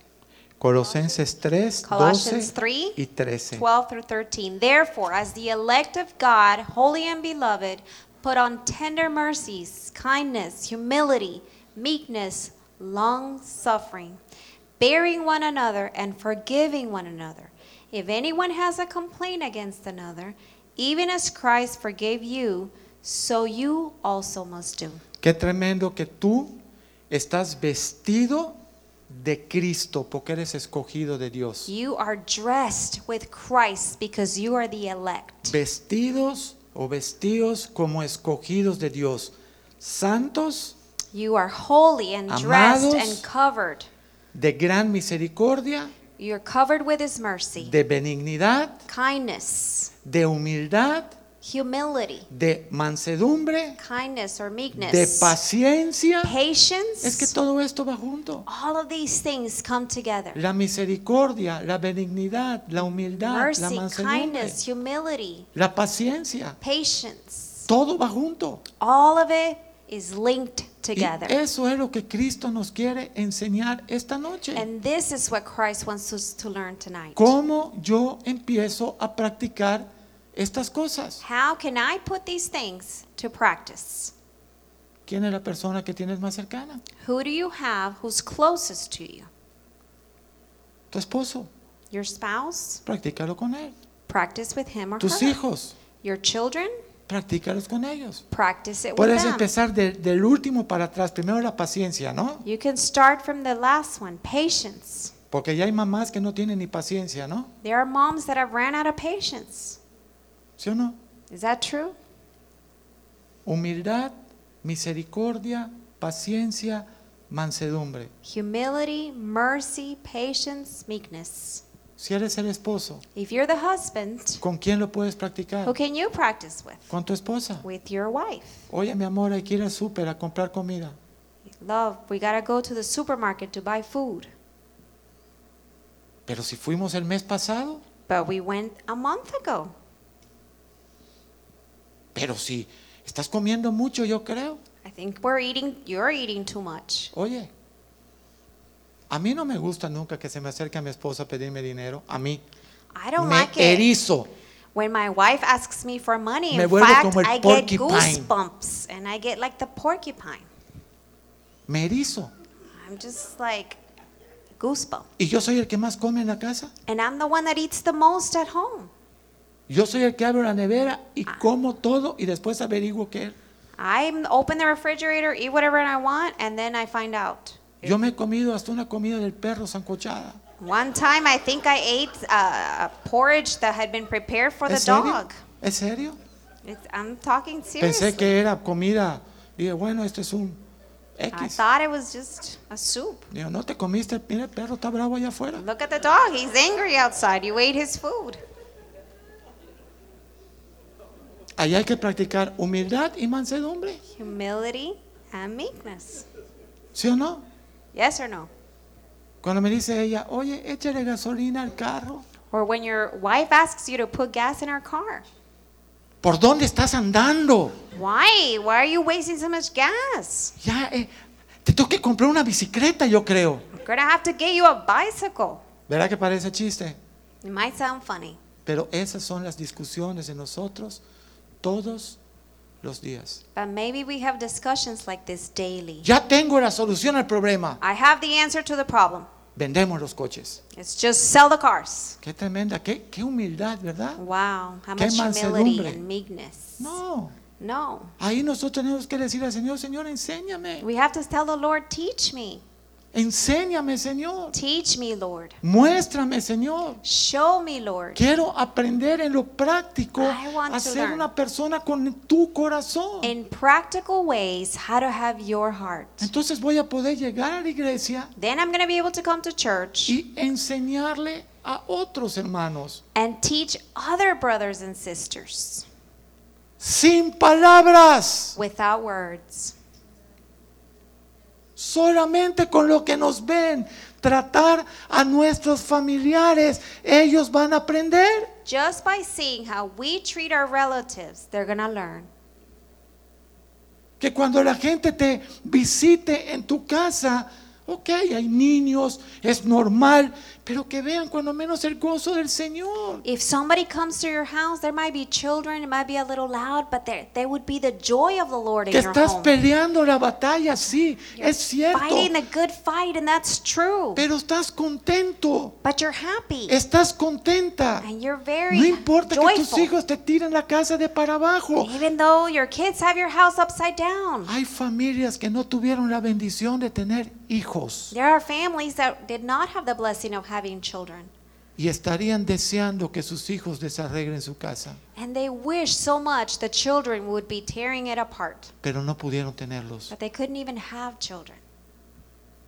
[SPEAKER 1] Colosenses 3,
[SPEAKER 2] Colossians
[SPEAKER 1] 12
[SPEAKER 2] 3,
[SPEAKER 1] y 13.
[SPEAKER 2] 12 through 13. Therefore, as the elect of God, holy and beloved, put on tender mercies, kindness, humility, meekness, long suffering, bearing one another and forgiving one another. If anyone has a complaint against another, even as Christ forgave you, so you also must do.
[SPEAKER 1] Qué tremendo que tú estás vestido de Cristo porque eres escogido de Dios.
[SPEAKER 2] You are dressed with Christ because you are the elect.
[SPEAKER 1] Vestidos o vestidos como escogidos de Dios. Santos
[SPEAKER 2] You are holy and
[SPEAKER 1] Amados.
[SPEAKER 2] dressed and covered.
[SPEAKER 1] de gran misericordia,
[SPEAKER 2] You're covered with His mercy,
[SPEAKER 1] de benignidad,
[SPEAKER 2] kindness,
[SPEAKER 1] de humildad,
[SPEAKER 2] humility,
[SPEAKER 1] de mansedumbre,
[SPEAKER 2] kindness or
[SPEAKER 1] de
[SPEAKER 2] meekness,
[SPEAKER 1] paciencia.
[SPEAKER 2] patience.
[SPEAKER 1] Es que todo esto va junto.
[SPEAKER 2] all of these things come together.
[SPEAKER 1] La misericordia, la benignidad, la humildad, la
[SPEAKER 2] Mercy,
[SPEAKER 1] mansedumbre,
[SPEAKER 2] kindness, humility,
[SPEAKER 1] la paciencia,
[SPEAKER 2] patience.
[SPEAKER 1] todo va junto.
[SPEAKER 2] All of it is linked
[SPEAKER 1] Y
[SPEAKER 2] together.
[SPEAKER 1] eso es lo que Cristo nos quiere enseñar esta noche.
[SPEAKER 2] and this is what Christ wants us to learn tonight.
[SPEAKER 1] ¿Cómo yo empiezo a practicar estas cosas?
[SPEAKER 2] How can I put these things to practice?
[SPEAKER 1] ¿Quién es la persona que tienes más cercana?
[SPEAKER 2] Who do you have who's closest to you?
[SPEAKER 1] Tu esposo,
[SPEAKER 2] Your spouse?
[SPEAKER 1] practícalo con él.
[SPEAKER 2] Practice with him or
[SPEAKER 1] Tus
[SPEAKER 2] her.
[SPEAKER 1] hijos,
[SPEAKER 2] Your children?
[SPEAKER 1] practícalos con ellos.
[SPEAKER 2] Practice it with
[SPEAKER 1] Puedes
[SPEAKER 2] them.
[SPEAKER 1] empezar de- del último para atrás, primero la paciencia, ¿no?
[SPEAKER 2] You can start from the last one, patience.
[SPEAKER 1] Porque ya hay mamás que no tienen ni paciencia, ¿no?
[SPEAKER 2] There are moms that have ran out of patience.
[SPEAKER 1] ¿Sí o no?
[SPEAKER 2] Is that true?
[SPEAKER 1] Humildad, misericordia, paciencia, mansedumbre.
[SPEAKER 2] Humility, mercy, patience, meekness.
[SPEAKER 1] Si eres el esposo,
[SPEAKER 2] If you're the husband,
[SPEAKER 1] ¿con quién lo puedes practicar?
[SPEAKER 2] who can you practice with?
[SPEAKER 1] Con tu esposa.
[SPEAKER 2] With your wife.
[SPEAKER 1] Oye, mi amor, hay que ir al súper a comprar comida.
[SPEAKER 2] Love, we gotta go to the supermarket to buy food.
[SPEAKER 1] Pero si fuimos el mes pasado,
[SPEAKER 2] But we went a month ago.
[SPEAKER 1] pero si estás comiendo mucho, yo creo.
[SPEAKER 2] I think we're eating, you're eating too much.
[SPEAKER 1] Oye, a mí no me gusta nunca que se me acerque a mi esposa a pedirme dinero. A mí
[SPEAKER 2] I don't
[SPEAKER 1] me
[SPEAKER 2] like it.
[SPEAKER 1] erizo.
[SPEAKER 2] When my wife asks me for money,
[SPEAKER 1] Me
[SPEAKER 2] in
[SPEAKER 1] vuelvo
[SPEAKER 2] fact,
[SPEAKER 1] como el
[SPEAKER 2] I get
[SPEAKER 1] porcupine.
[SPEAKER 2] goosebumps and I get like the porcupine.
[SPEAKER 1] Me erizo.
[SPEAKER 2] I'm just like goosebump.
[SPEAKER 1] Y yo soy el que más come en la casa.
[SPEAKER 2] And I'm the one that eats the most at home.
[SPEAKER 1] Yo soy el que abro la nevera y
[SPEAKER 2] Ah.
[SPEAKER 1] como todo y después averiguo qué.
[SPEAKER 2] I open the refrigerator, eat whatever I want, and then I find out.
[SPEAKER 1] Yo me he comido hasta una comida del perro sancochada.
[SPEAKER 2] One time, I think I ate uh, a porridge that had been prepared for the
[SPEAKER 1] ¿Es serio?
[SPEAKER 2] dog.
[SPEAKER 1] ¿Es serio?
[SPEAKER 2] It's, I'm talking seriously.
[SPEAKER 1] Pensé que era comida. Dije, bueno, este es un
[SPEAKER 2] I
[SPEAKER 1] X.
[SPEAKER 2] thought it was just a soup.
[SPEAKER 1] Digo, no te comiste, mira, el perro está bravo allá afuera.
[SPEAKER 2] Look at the dog. He's angry outside. You ate his food.
[SPEAKER 1] Ahí hay que practicar humildad y mansedumbre,
[SPEAKER 2] humility, and meekness.
[SPEAKER 1] ¿sí o no?
[SPEAKER 2] Yes or no?
[SPEAKER 1] Cuando me dice ella, oye, échale gasolina al carro,
[SPEAKER 2] Or when your wife asks you to put gas in her car.
[SPEAKER 1] ¿por dónde estás andando?
[SPEAKER 2] Why? Why are you wasting so much gas?
[SPEAKER 1] Ya, eh, te tengo que comprar una bicicleta, yo creo.
[SPEAKER 2] We're gonna have to get you a bicycle.
[SPEAKER 1] ¿Verdad que parece chiste?
[SPEAKER 2] It might sound funny,
[SPEAKER 1] Pero esas son las discusiones de nosotros todos los días.
[SPEAKER 2] but maybe we have discussions like this daily.
[SPEAKER 1] Ya tengo la solución al problema.
[SPEAKER 2] I have the answer to the problem.
[SPEAKER 1] Vendemos los coches.
[SPEAKER 2] It's just sell the cars.
[SPEAKER 1] Qué tremenda, qué, qué humildad, ¿verdad?
[SPEAKER 2] Wow, how
[SPEAKER 1] Qué
[SPEAKER 2] much humility
[SPEAKER 1] mansedumbre.
[SPEAKER 2] and meekness.
[SPEAKER 1] No.
[SPEAKER 2] No.
[SPEAKER 1] Ahí nosotros tenemos que decir al Señor, Señor, enséñame.
[SPEAKER 2] We have to tell the Lord, teach me.
[SPEAKER 1] Enséñame, Señor.
[SPEAKER 2] Teach me, Lord.
[SPEAKER 1] Muéstrame, Señor.
[SPEAKER 2] Show me, Lord.
[SPEAKER 1] Quiero aprender en lo práctico
[SPEAKER 2] I want
[SPEAKER 1] a
[SPEAKER 2] to
[SPEAKER 1] ser
[SPEAKER 2] learn.
[SPEAKER 1] una persona con tu corazón.
[SPEAKER 2] In practical ways, how to have your heart.
[SPEAKER 1] Entonces voy a poder llegar a la iglesia
[SPEAKER 2] Then I'm going to be able to come to church
[SPEAKER 1] y enseñarle a otros hermanos
[SPEAKER 2] and teach other brothers and sisters
[SPEAKER 1] sin palabras,
[SPEAKER 2] without words.
[SPEAKER 1] solamente con lo que nos ven. Tratar a nuestros familiares, ellos van a aprender.
[SPEAKER 2] Just by seeing how we treat our relatives, they're going to learn.
[SPEAKER 1] Que cuando la gente te visite en tu casa, ok, hay niños, es normal, pero que vean cuando menos el gozo del Señor.
[SPEAKER 2] If somebody comes to your house, there might be children, it might be a little loud, but there, there would be the joy of the Lord in
[SPEAKER 1] Que
[SPEAKER 2] your
[SPEAKER 1] estás
[SPEAKER 2] home.
[SPEAKER 1] peleando la batalla, sí, es cierto,
[SPEAKER 2] Fighting the good fight, and that's true.
[SPEAKER 1] pero estás contento,
[SPEAKER 2] But you're happy,
[SPEAKER 1] estás contenta.
[SPEAKER 2] and you're very
[SPEAKER 1] No importa que tus
[SPEAKER 2] joyful.
[SPEAKER 1] hijos te tiren la casa de para abajo.
[SPEAKER 2] Even though your kids have your house upside down,
[SPEAKER 1] Hay familias que no tuvieron la bendición de tener hijos
[SPEAKER 2] there are families that did not have the blessing of having children,
[SPEAKER 1] y estarían deseando que sus hijos desarreglen su casa,
[SPEAKER 2] and they wish so much the children would be tearing it apart,
[SPEAKER 1] pero no pudieron tenerlos.
[SPEAKER 2] but they couldn't even have children.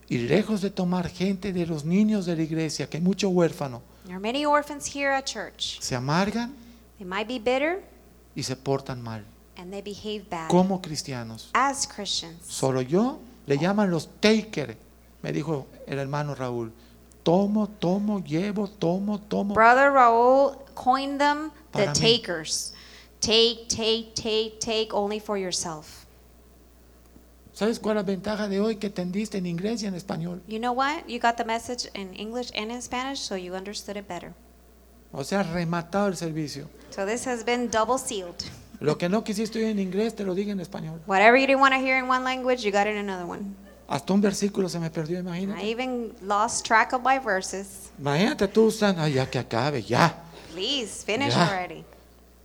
[SPEAKER 1] Y lejos de tomar gente de los niños de la iglesia, que hay mucho huérfano,
[SPEAKER 2] There are many orphans here at church.
[SPEAKER 1] se amargan
[SPEAKER 2] They might be bitter
[SPEAKER 1] y se portan mal.
[SPEAKER 2] and they behave bad.
[SPEAKER 1] Como cristianos,
[SPEAKER 2] As Christians,
[SPEAKER 1] solo yo le llaman los taker, me dijo el hermano Raúl. Tomo, tomo, llevo, tomo, tomo.
[SPEAKER 2] Brother Raul coined them the
[SPEAKER 1] Para mí.
[SPEAKER 2] takers. Take, take, take, take only for yourself.
[SPEAKER 1] ¿Sabes cuál es la ventaja de hoy que entendiste en inglés y en español?
[SPEAKER 2] You know what? You got the message in English and in Spanish, so you understood it better.
[SPEAKER 1] O sea, rematado el servicio.
[SPEAKER 2] So this has been double sealed.
[SPEAKER 1] Lo que no quisiste oír en inglés, te lo digo en español.
[SPEAKER 2] Whatever you didn't want to hear in one language, you got it in another one.
[SPEAKER 1] Hasta un versículo se me perdió,
[SPEAKER 2] I
[SPEAKER 1] imagínate.
[SPEAKER 2] even lost track of my verses.
[SPEAKER 1] Imagínate tú, San, ay, ya que acabe, ya.
[SPEAKER 2] Please finish
[SPEAKER 1] Ya.
[SPEAKER 2] already.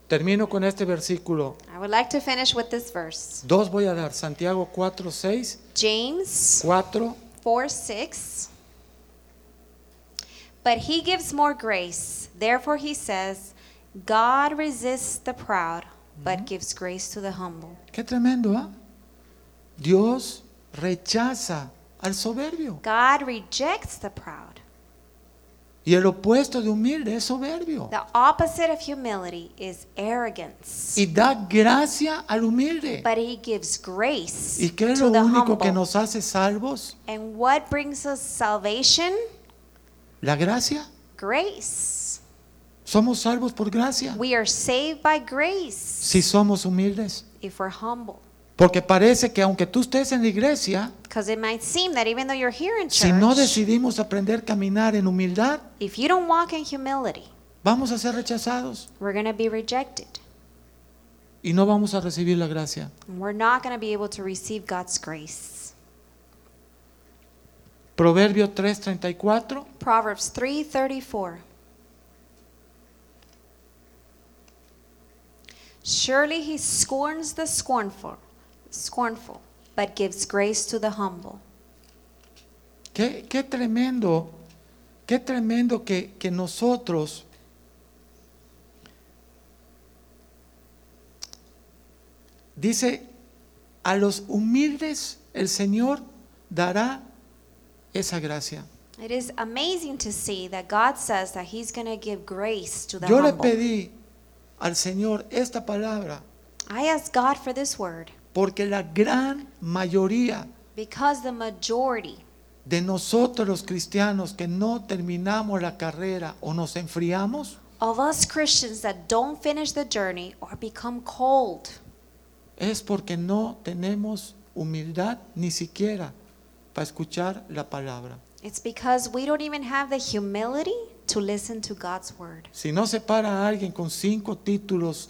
[SPEAKER 1] Termino con este versículo.
[SPEAKER 2] I would like to finish with this verse.
[SPEAKER 1] Dos voy a dar, Santiago 4, 6,
[SPEAKER 2] James
[SPEAKER 1] 4.
[SPEAKER 2] 4 6. But he gives more grace. Therefore, he says, God resists the proud,
[SPEAKER 1] Mm-hmm.
[SPEAKER 2] but gives grace to the humble.
[SPEAKER 1] Qué tremendo, ¿ah? Dios rechaza al soberbio.
[SPEAKER 2] God rejects the proud.
[SPEAKER 1] Y el opuesto de humilde es soberbio.
[SPEAKER 2] The opposite of humility is arrogance,
[SPEAKER 1] Y da gracia al humilde.
[SPEAKER 2] but he gives grace
[SPEAKER 1] ¿Y qué es
[SPEAKER 2] to
[SPEAKER 1] lo
[SPEAKER 2] the
[SPEAKER 1] único
[SPEAKER 2] humble.
[SPEAKER 1] que nos hace salvos?
[SPEAKER 2] And what brings us salvation?
[SPEAKER 1] La gracia.
[SPEAKER 2] Grace.
[SPEAKER 1] Somos salvos por gracia.
[SPEAKER 2] We are saved by grace
[SPEAKER 1] Si somos humildes.
[SPEAKER 2] if we're humble.
[SPEAKER 1] Porque parece que aunque tú estés en la iglesia,
[SPEAKER 2] Because it might seem that even though you're here in
[SPEAKER 1] si no
[SPEAKER 2] church,
[SPEAKER 1] decidimos aprender a caminar en humildad,
[SPEAKER 2] if you don't walk in humility,
[SPEAKER 1] vamos a ser rechazados
[SPEAKER 2] we're going to be rejected.
[SPEAKER 1] y no vamos a recibir la gracia.
[SPEAKER 2] And we're not going to be able to receive God's grace.
[SPEAKER 1] Proverbio 3:34,
[SPEAKER 2] Proverbs 3:34. Surely he scorns the scornful, scornful, but gives grace to the humble.
[SPEAKER 1] qué, qué tremendo, qué tremendo que, que nosotros dice, a los humildes el Señor dará esa gracia.
[SPEAKER 2] It is amazing to see that God says that He's going to give grace to the
[SPEAKER 1] Yo le
[SPEAKER 2] humble.
[SPEAKER 1] pedí al Señor esta palabra
[SPEAKER 2] I ask God for this word
[SPEAKER 1] porque la gran mayoría
[SPEAKER 2] because the majority
[SPEAKER 1] de nosotros los cristianos que no terminamos la carrera o nos enfriamos,
[SPEAKER 2] of us Christians that don't finish the journey or become cold
[SPEAKER 1] es porque no tenemos humildad ni siquiera para escuchar la palabra.
[SPEAKER 2] It's because we don't even have the humility to listen to God's word.
[SPEAKER 1] Si no se para alguien con cinco títulos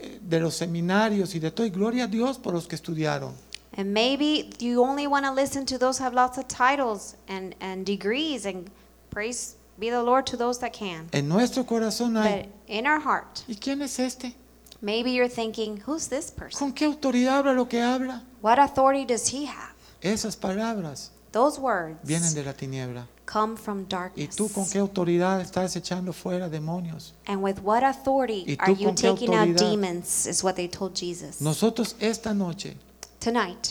[SPEAKER 1] eh, de los seminarios y de todo, y gloria a Dios por los que estudiaron,
[SPEAKER 2] And maybe you only want to listen to those who have lots of titles and, and degrees, and praise be the Lord to those that can.
[SPEAKER 1] en nuestro corazón
[SPEAKER 2] But
[SPEAKER 1] hay,
[SPEAKER 2] in our heart,
[SPEAKER 1] ¿y quién es este?
[SPEAKER 2] maybe you're thinking, who's this person?
[SPEAKER 1] ¿Con qué autoridad habla lo que habla?
[SPEAKER 2] What authority does he have?
[SPEAKER 1] Esas palabras
[SPEAKER 2] Those
[SPEAKER 1] vienen
[SPEAKER 2] words
[SPEAKER 1] de la tiniebla.
[SPEAKER 2] come from
[SPEAKER 1] ¿Y tú con
[SPEAKER 2] darkness.
[SPEAKER 1] qué autoridad estás echando fuera demonios?
[SPEAKER 2] And with what
[SPEAKER 1] ¿Y
[SPEAKER 2] authority are
[SPEAKER 1] tú
[SPEAKER 2] you
[SPEAKER 1] con qué
[SPEAKER 2] taking out
[SPEAKER 1] autoridad?
[SPEAKER 2] demons? Is what they told Jesus.
[SPEAKER 1] Nosotros esta noche
[SPEAKER 2] Tonight,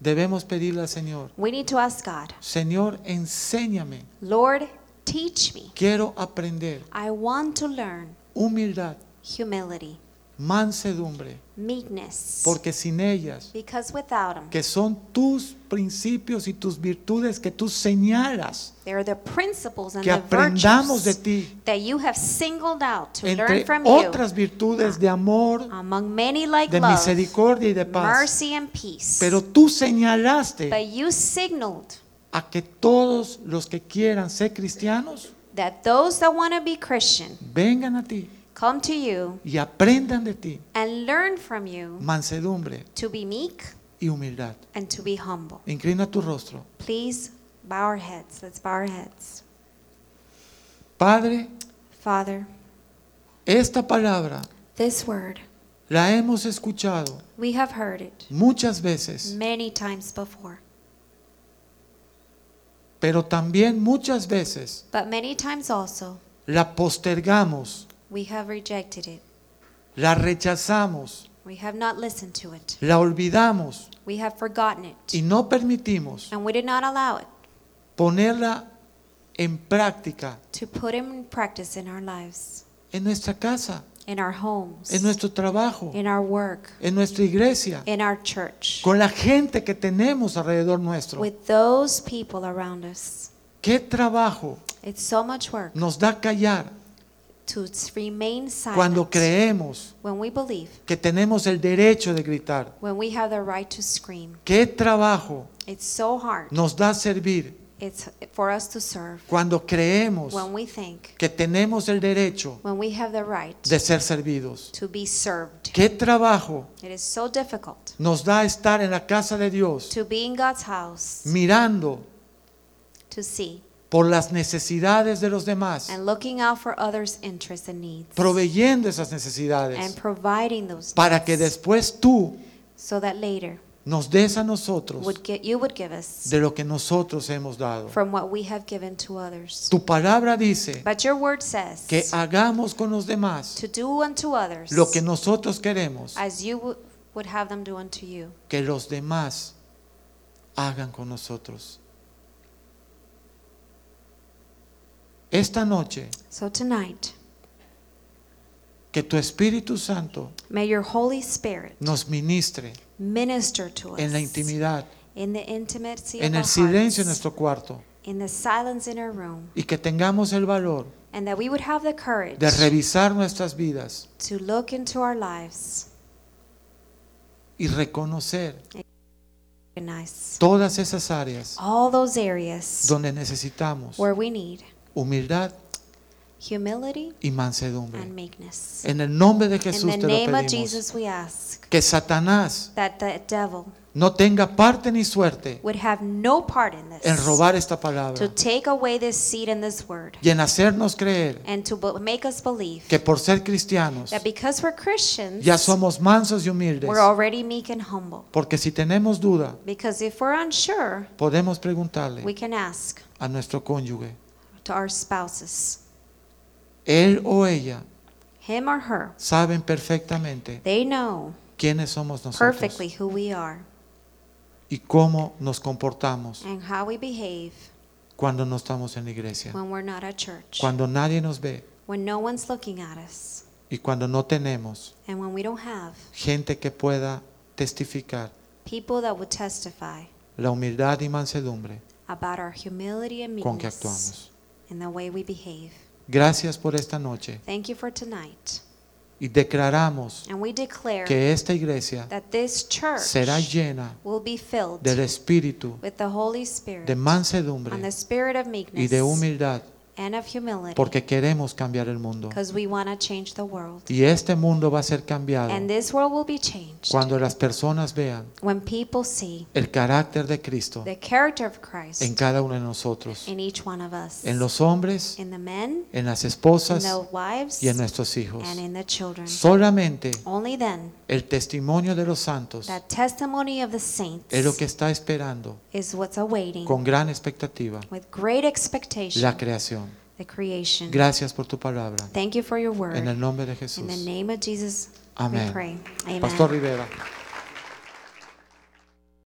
[SPEAKER 1] debemos pedirle al Señor,
[SPEAKER 2] we need to ask God,
[SPEAKER 1] Señor, enséñame,
[SPEAKER 2] Lord, teach me.
[SPEAKER 1] quiero aprender
[SPEAKER 2] I want to learn
[SPEAKER 1] humildad,
[SPEAKER 2] humility,
[SPEAKER 1] mansedumbre,
[SPEAKER 2] meekness.
[SPEAKER 1] porque sin ellas,
[SPEAKER 2] Because without them,
[SPEAKER 1] que son tus principios y tus virtudes que tú señalas,
[SPEAKER 2] they are the principles and
[SPEAKER 1] que
[SPEAKER 2] the
[SPEAKER 1] aprendamos de
[SPEAKER 2] virtues
[SPEAKER 1] ti,
[SPEAKER 2] that you have singled out to learn
[SPEAKER 1] entre
[SPEAKER 2] from
[SPEAKER 1] otras virtudes de amor,
[SPEAKER 2] you, among many like
[SPEAKER 1] de
[SPEAKER 2] love,
[SPEAKER 1] misericordia y de paz.
[SPEAKER 2] mercy, and peace.
[SPEAKER 1] Pero tú señalaste
[SPEAKER 2] but you signaled
[SPEAKER 1] a que todos los que quieran ser cristianos
[SPEAKER 2] that those that want to be Christian
[SPEAKER 1] vengan a ti
[SPEAKER 2] come to you
[SPEAKER 1] y aprendan de ti
[SPEAKER 2] and learn from you
[SPEAKER 1] mansedumbre
[SPEAKER 2] to be meek
[SPEAKER 1] y humildad.
[SPEAKER 2] and to be humble.
[SPEAKER 1] Inclina tu rostro.
[SPEAKER 2] Please bow our heads. Let's bow our heads.
[SPEAKER 1] Padre,
[SPEAKER 2] Father,
[SPEAKER 1] esta palabra
[SPEAKER 2] this word,
[SPEAKER 1] la hemos escuchado
[SPEAKER 2] we have heard it
[SPEAKER 1] muchas veces,
[SPEAKER 2] many times before,
[SPEAKER 1] pero también muchas veces
[SPEAKER 2] but many times also
[SPEAKER 1] la postergamos,
[SPEAKER 2] we have rejected it.
[SPEAKER 1] la rechazamos,
[SPEAKER 2] We have not listened to it.
[SPEAKER 1] la olvidamos
[SPEAKER 2] We have forgotten it.
[SPEAKER 1] y no permitimos
[SPEAKER 2] And we did not allow it
[SPEAKER 1] ponerla en práctica
[SPEAKER 2] to put in practice in our lives,
[SPEAKER 1] en nuestra casa,
[SPEAKER 2] in our homes,
[SPEAKER 1] en nuestro trabajo,
[SPEAKER 2] in our work,
[SPEAKER 1] en nuestra iglesia,
[SPEAKER 2] in our church,
[SPEAKER 1] con la gente que tenemos alrededor nuestro.
[SPEAKER 2] with those people around us.
[SPEAKER 1] ¿Qué trabajo
[SPEAKER 2] It's so much work
[SPEAKER 1] nos da callar
[SPEAKER 2] to s- remain
[SPEAKER 1] cuando
[SPEAKER 2] silent
[SPEAKER 1] creemos
[SPEAKER 2] when we believe,
[SPEAKER 1] que tenemos el derecho de gritar?
[SPEAKER 2] when we have the right to scream.
[SPEAKER 1] ¿Qué trabajo
[SPEAKER 2] It's so hard.
[SPEAKER 1] nos da servir
[SPEAKER 2] It's for us to serve
[SPEAKER 1] cuando creemos
[SPEAKER 2] when we think,
[SPEAKER 1] que tenemos el derecho
[SPEAKER 2] when we have the right
[SPEAKER 1] de ser servidos?
[SPEAKER 2] to be served.
[SPEAKER 1] ¿Qué trabajo
[SPEAKER 2] It is so difficult
[SPEAKER 1] nos da estar en la casa de Dios
[SPEAKER 2] to be in God's house
[SPEAKER 1] mirando
[SPEAKER 2] to see
[SPEAKER 1] por las necesidades de los demás,
[SPEAKER 2] and looking out for others' interests and needs
[SPEAKER 1] proveyendo esas
[SPEAKER 2] and
[SPEAKER 1] necesidades
[SPEAKER 2] providing those
[SPEAKER 1] para que
[SPEAKER 2] needs
[SPEAKER 1] después tú
[SPEAKER 2] so that later
[SPEAKER 1] nos des a nosotros
[SPEAKER 2] would get, you would give us
[SPEAKER 1] de lo que nosotros hemos dado.
[SPEAKER 2] from what we have given to others.
[SPEAKER 1] Tu palabra dice
[SPEAKER 2] But your word says
[SPEAKER 1] que hagamos con los demás
[SPEAKER 2] to do unto others
[SPEAKER 1] lo que nosotros queremos
[SPEAKER 2] as you would, would have them do unto you.
[SPEAKER 1] que los demás hagan con nosotros. Esta noche,
[SPEAKER 2] So tonight,
[SPEAKER 1] que tu Espíritu Santo
[SPEAKER 2] may your Holy Spirit
[SPEAKER 1] nos ministre
[SPEAKER 2] minister to us
[SPEAKER 1] en la intimidad,
[SPEAKER 2] in the intimacy
[SPEAKER 1] en
[SPEAKER 2] of
[SPEAKER 1] el
[SPEAKER 2] our
[SPEAKER 1] silencio en
[SPEAKER 2] hearts,
[SPEAKER 1] nuestro cuarto,
[SPEAKER 2] in the silence in our room,
[SPEAKER 1] y que tengamos el valor
[SPEAKER 2] and that we would have the courage
[SPEAKER 1] de revisar nuestras vidas
[SPEAKER 2] to look into our lives,
[SPEAKER 1] y reconocer
[SPEAKER 2] recognize
[SPEAKER 1] todas esas áreas
[SPEAKER 2] all those areas
[SPEAKER 1] donde necesitamos
[SPEAKER 2] where we need
[SPEAKER 1] humildad
[SPEAKER 2] humility
[SPEAKER 1] y
[SPEAKER 2] and
[SPEAKER 1] mansedumbre.
[SPEAKER 2] meekness.
[SPEAKER 1] En el nombre de
[SPEAKER 2] In
[SPEAKER 1] Jesús
[SPEAKER 2] the
[SPEAKER 1] te lo
[SPEAKER 2] name of
[SPEAKER 1] pedimos.
[SPEAKER 2] Jesus, we ask
[SPEAKER 1] Que Satanás
[SPEAKER 2] that the devil
[SPEAKER 1] no tenga parte ni suerte
[SPEAKER 2] would have no part in
[SPEAKER 1] en
[SPEAKER 2] this,
[SPEAKER 1] robar esta
[SPEAKER 2] to
[SPEAKER 1] palabra
[SPEAKER 2] take away this seed and this word,
[SPEAKER 1] y en hacernos creer
[SPEAKER 2] and to be- make us believe
[SPEAKER 1] que por ser cristianos
[SPEAKER 2] that because we're Christians,
[SPEAKER 1] ya somos mansos y humildes.
[SPEAKER 2] we're already meek and humble.
[SPEAKER 1] Porque si tenemos duda,
[SPEAKER 2] Because if we're unsure,
[SPEAKER 1] podemos
[SPEAKER 2] we
[SPEAKER 1] preguntarle
[SPEAKER 2] can ask
[SPEAKER 1] a nuestro cónyuge,
[SPEAKER 2] to our spouses,
[SPEAKER 1] él o ella
[SPEAKER 2] him or her.
[SPEAKER 1] saben perfectamente
[SPEAKER 2] They know
[SPEAKER 1] quiénes somos nosotros
[SPEAKER 2] perfectly who we are
[SPEAKER 1] y cómo nos comportamos
[SPEAKER 2] and how we behave
[SPEAKER 1] cuando no estamos en la iglesia,
[SPEAKER 2] when we're not at church,
[SPEAKER 1] cuando nadie nos ve,
[SPEAKER 2] when no one's looking at us,
[SPEAKER 1] Y cuando no tenemos
[SPEAKER 2] And when we don't have
[SPEAKER 1] gente que pueda testificar
[SPEAKER 2] people that would testify
[SPEAKER 1] la humildad y mansedumbre
[SPEAKER 2] about our humility and
[SPEAKER 1] con que
[SPEAKER 2] meekness
[SPEAKER 1] actuamos.
[SPEAKER 2] and the way we behave.
[SPEAKER 1] Gracias por esta noche
[SPEAKER 2] Thank you for tonight.
[SPEAKER 1] y declaramos
[SPEAKER 2] And we declare
[SPEAKER 1] que esta iglesia
[SPEAKER 2] that this
[SPEAKER 1] será
[SPEAKER 2] church
[SPEAKER 1] llena
[SPEAKER 2] will be filled
[SPEAKER 1] del espíritu
[SPEAKER 2] with the Holy
[SPEAKER 1] de
[SPEAKER 2] Spirit and the
[SPEAKER 1] mansedumbre
[SPEAKER 2] spirit of
[SPEAKER 1] y de
[SPEAKER 2] meekness
[SPEAKER 1] humildad
[SPEAKER 2] and of humility
[SPEAKER 1] porque queremos cambiar el mundo.
[SPEAKER 2] because we want to change the world.
[SPEAKER 1] Y este mundo va a ser cambiado
[SPEAKER 2] And this world will be changed
[SPEAKER 1] cuando las personas vean
[SPEAKER 2] when people see
[SPEAKER 1] el carácter de Cristo
[SPEAKER 2] the character of
[SPEAKER 1] en
[SPEAKER 2] Christ
[SPEAKER 1] cada uno de nosotros,
[SPEAKER 2] in each one of us,
[SPEAKER 1] en
[SPEAKER 2] in
[SPEAKER 1] los hombres,
[SPEAKER 2] the men,
[SPEAKER 1] en las
[SPEAKER 2] in
[SPEAKER 1] esposas
[SPEAKER 2] the wives,
[SPEAKER 1] y en nuestros hijos.
[SPEAKER 2] and in the children.
[SPEAKER 1] Solamente
[SPEAKER 2] Only then
[SPEAKER 1] el testimonio de los santos
[SPEAKER 2] that testimony of the saints
[SPEAKER 1] es lo que está esperando
[SPEAKER 2] is what's awaiting
[SPEAKER 1] con gran expectativa
[SPEAKER 2] with great expectation
[SPEAKER 1] la creación.
[SPEAKER 2] the creation.
[SPEAKER 1] Gracias por tu palabra.
[SPEAKER 2] Thank you for your word.
[SPEAKER 1] En el nombre de
[SPEAKER 2] In
[SPEAKER 1] Jesús.
[SPEAKER 2] the name of Jesus, we
[SPEAKER 1] Amén.
[SPEAKER 2] pray. Amen.
[SPEAKER 1] Pastor Rivera.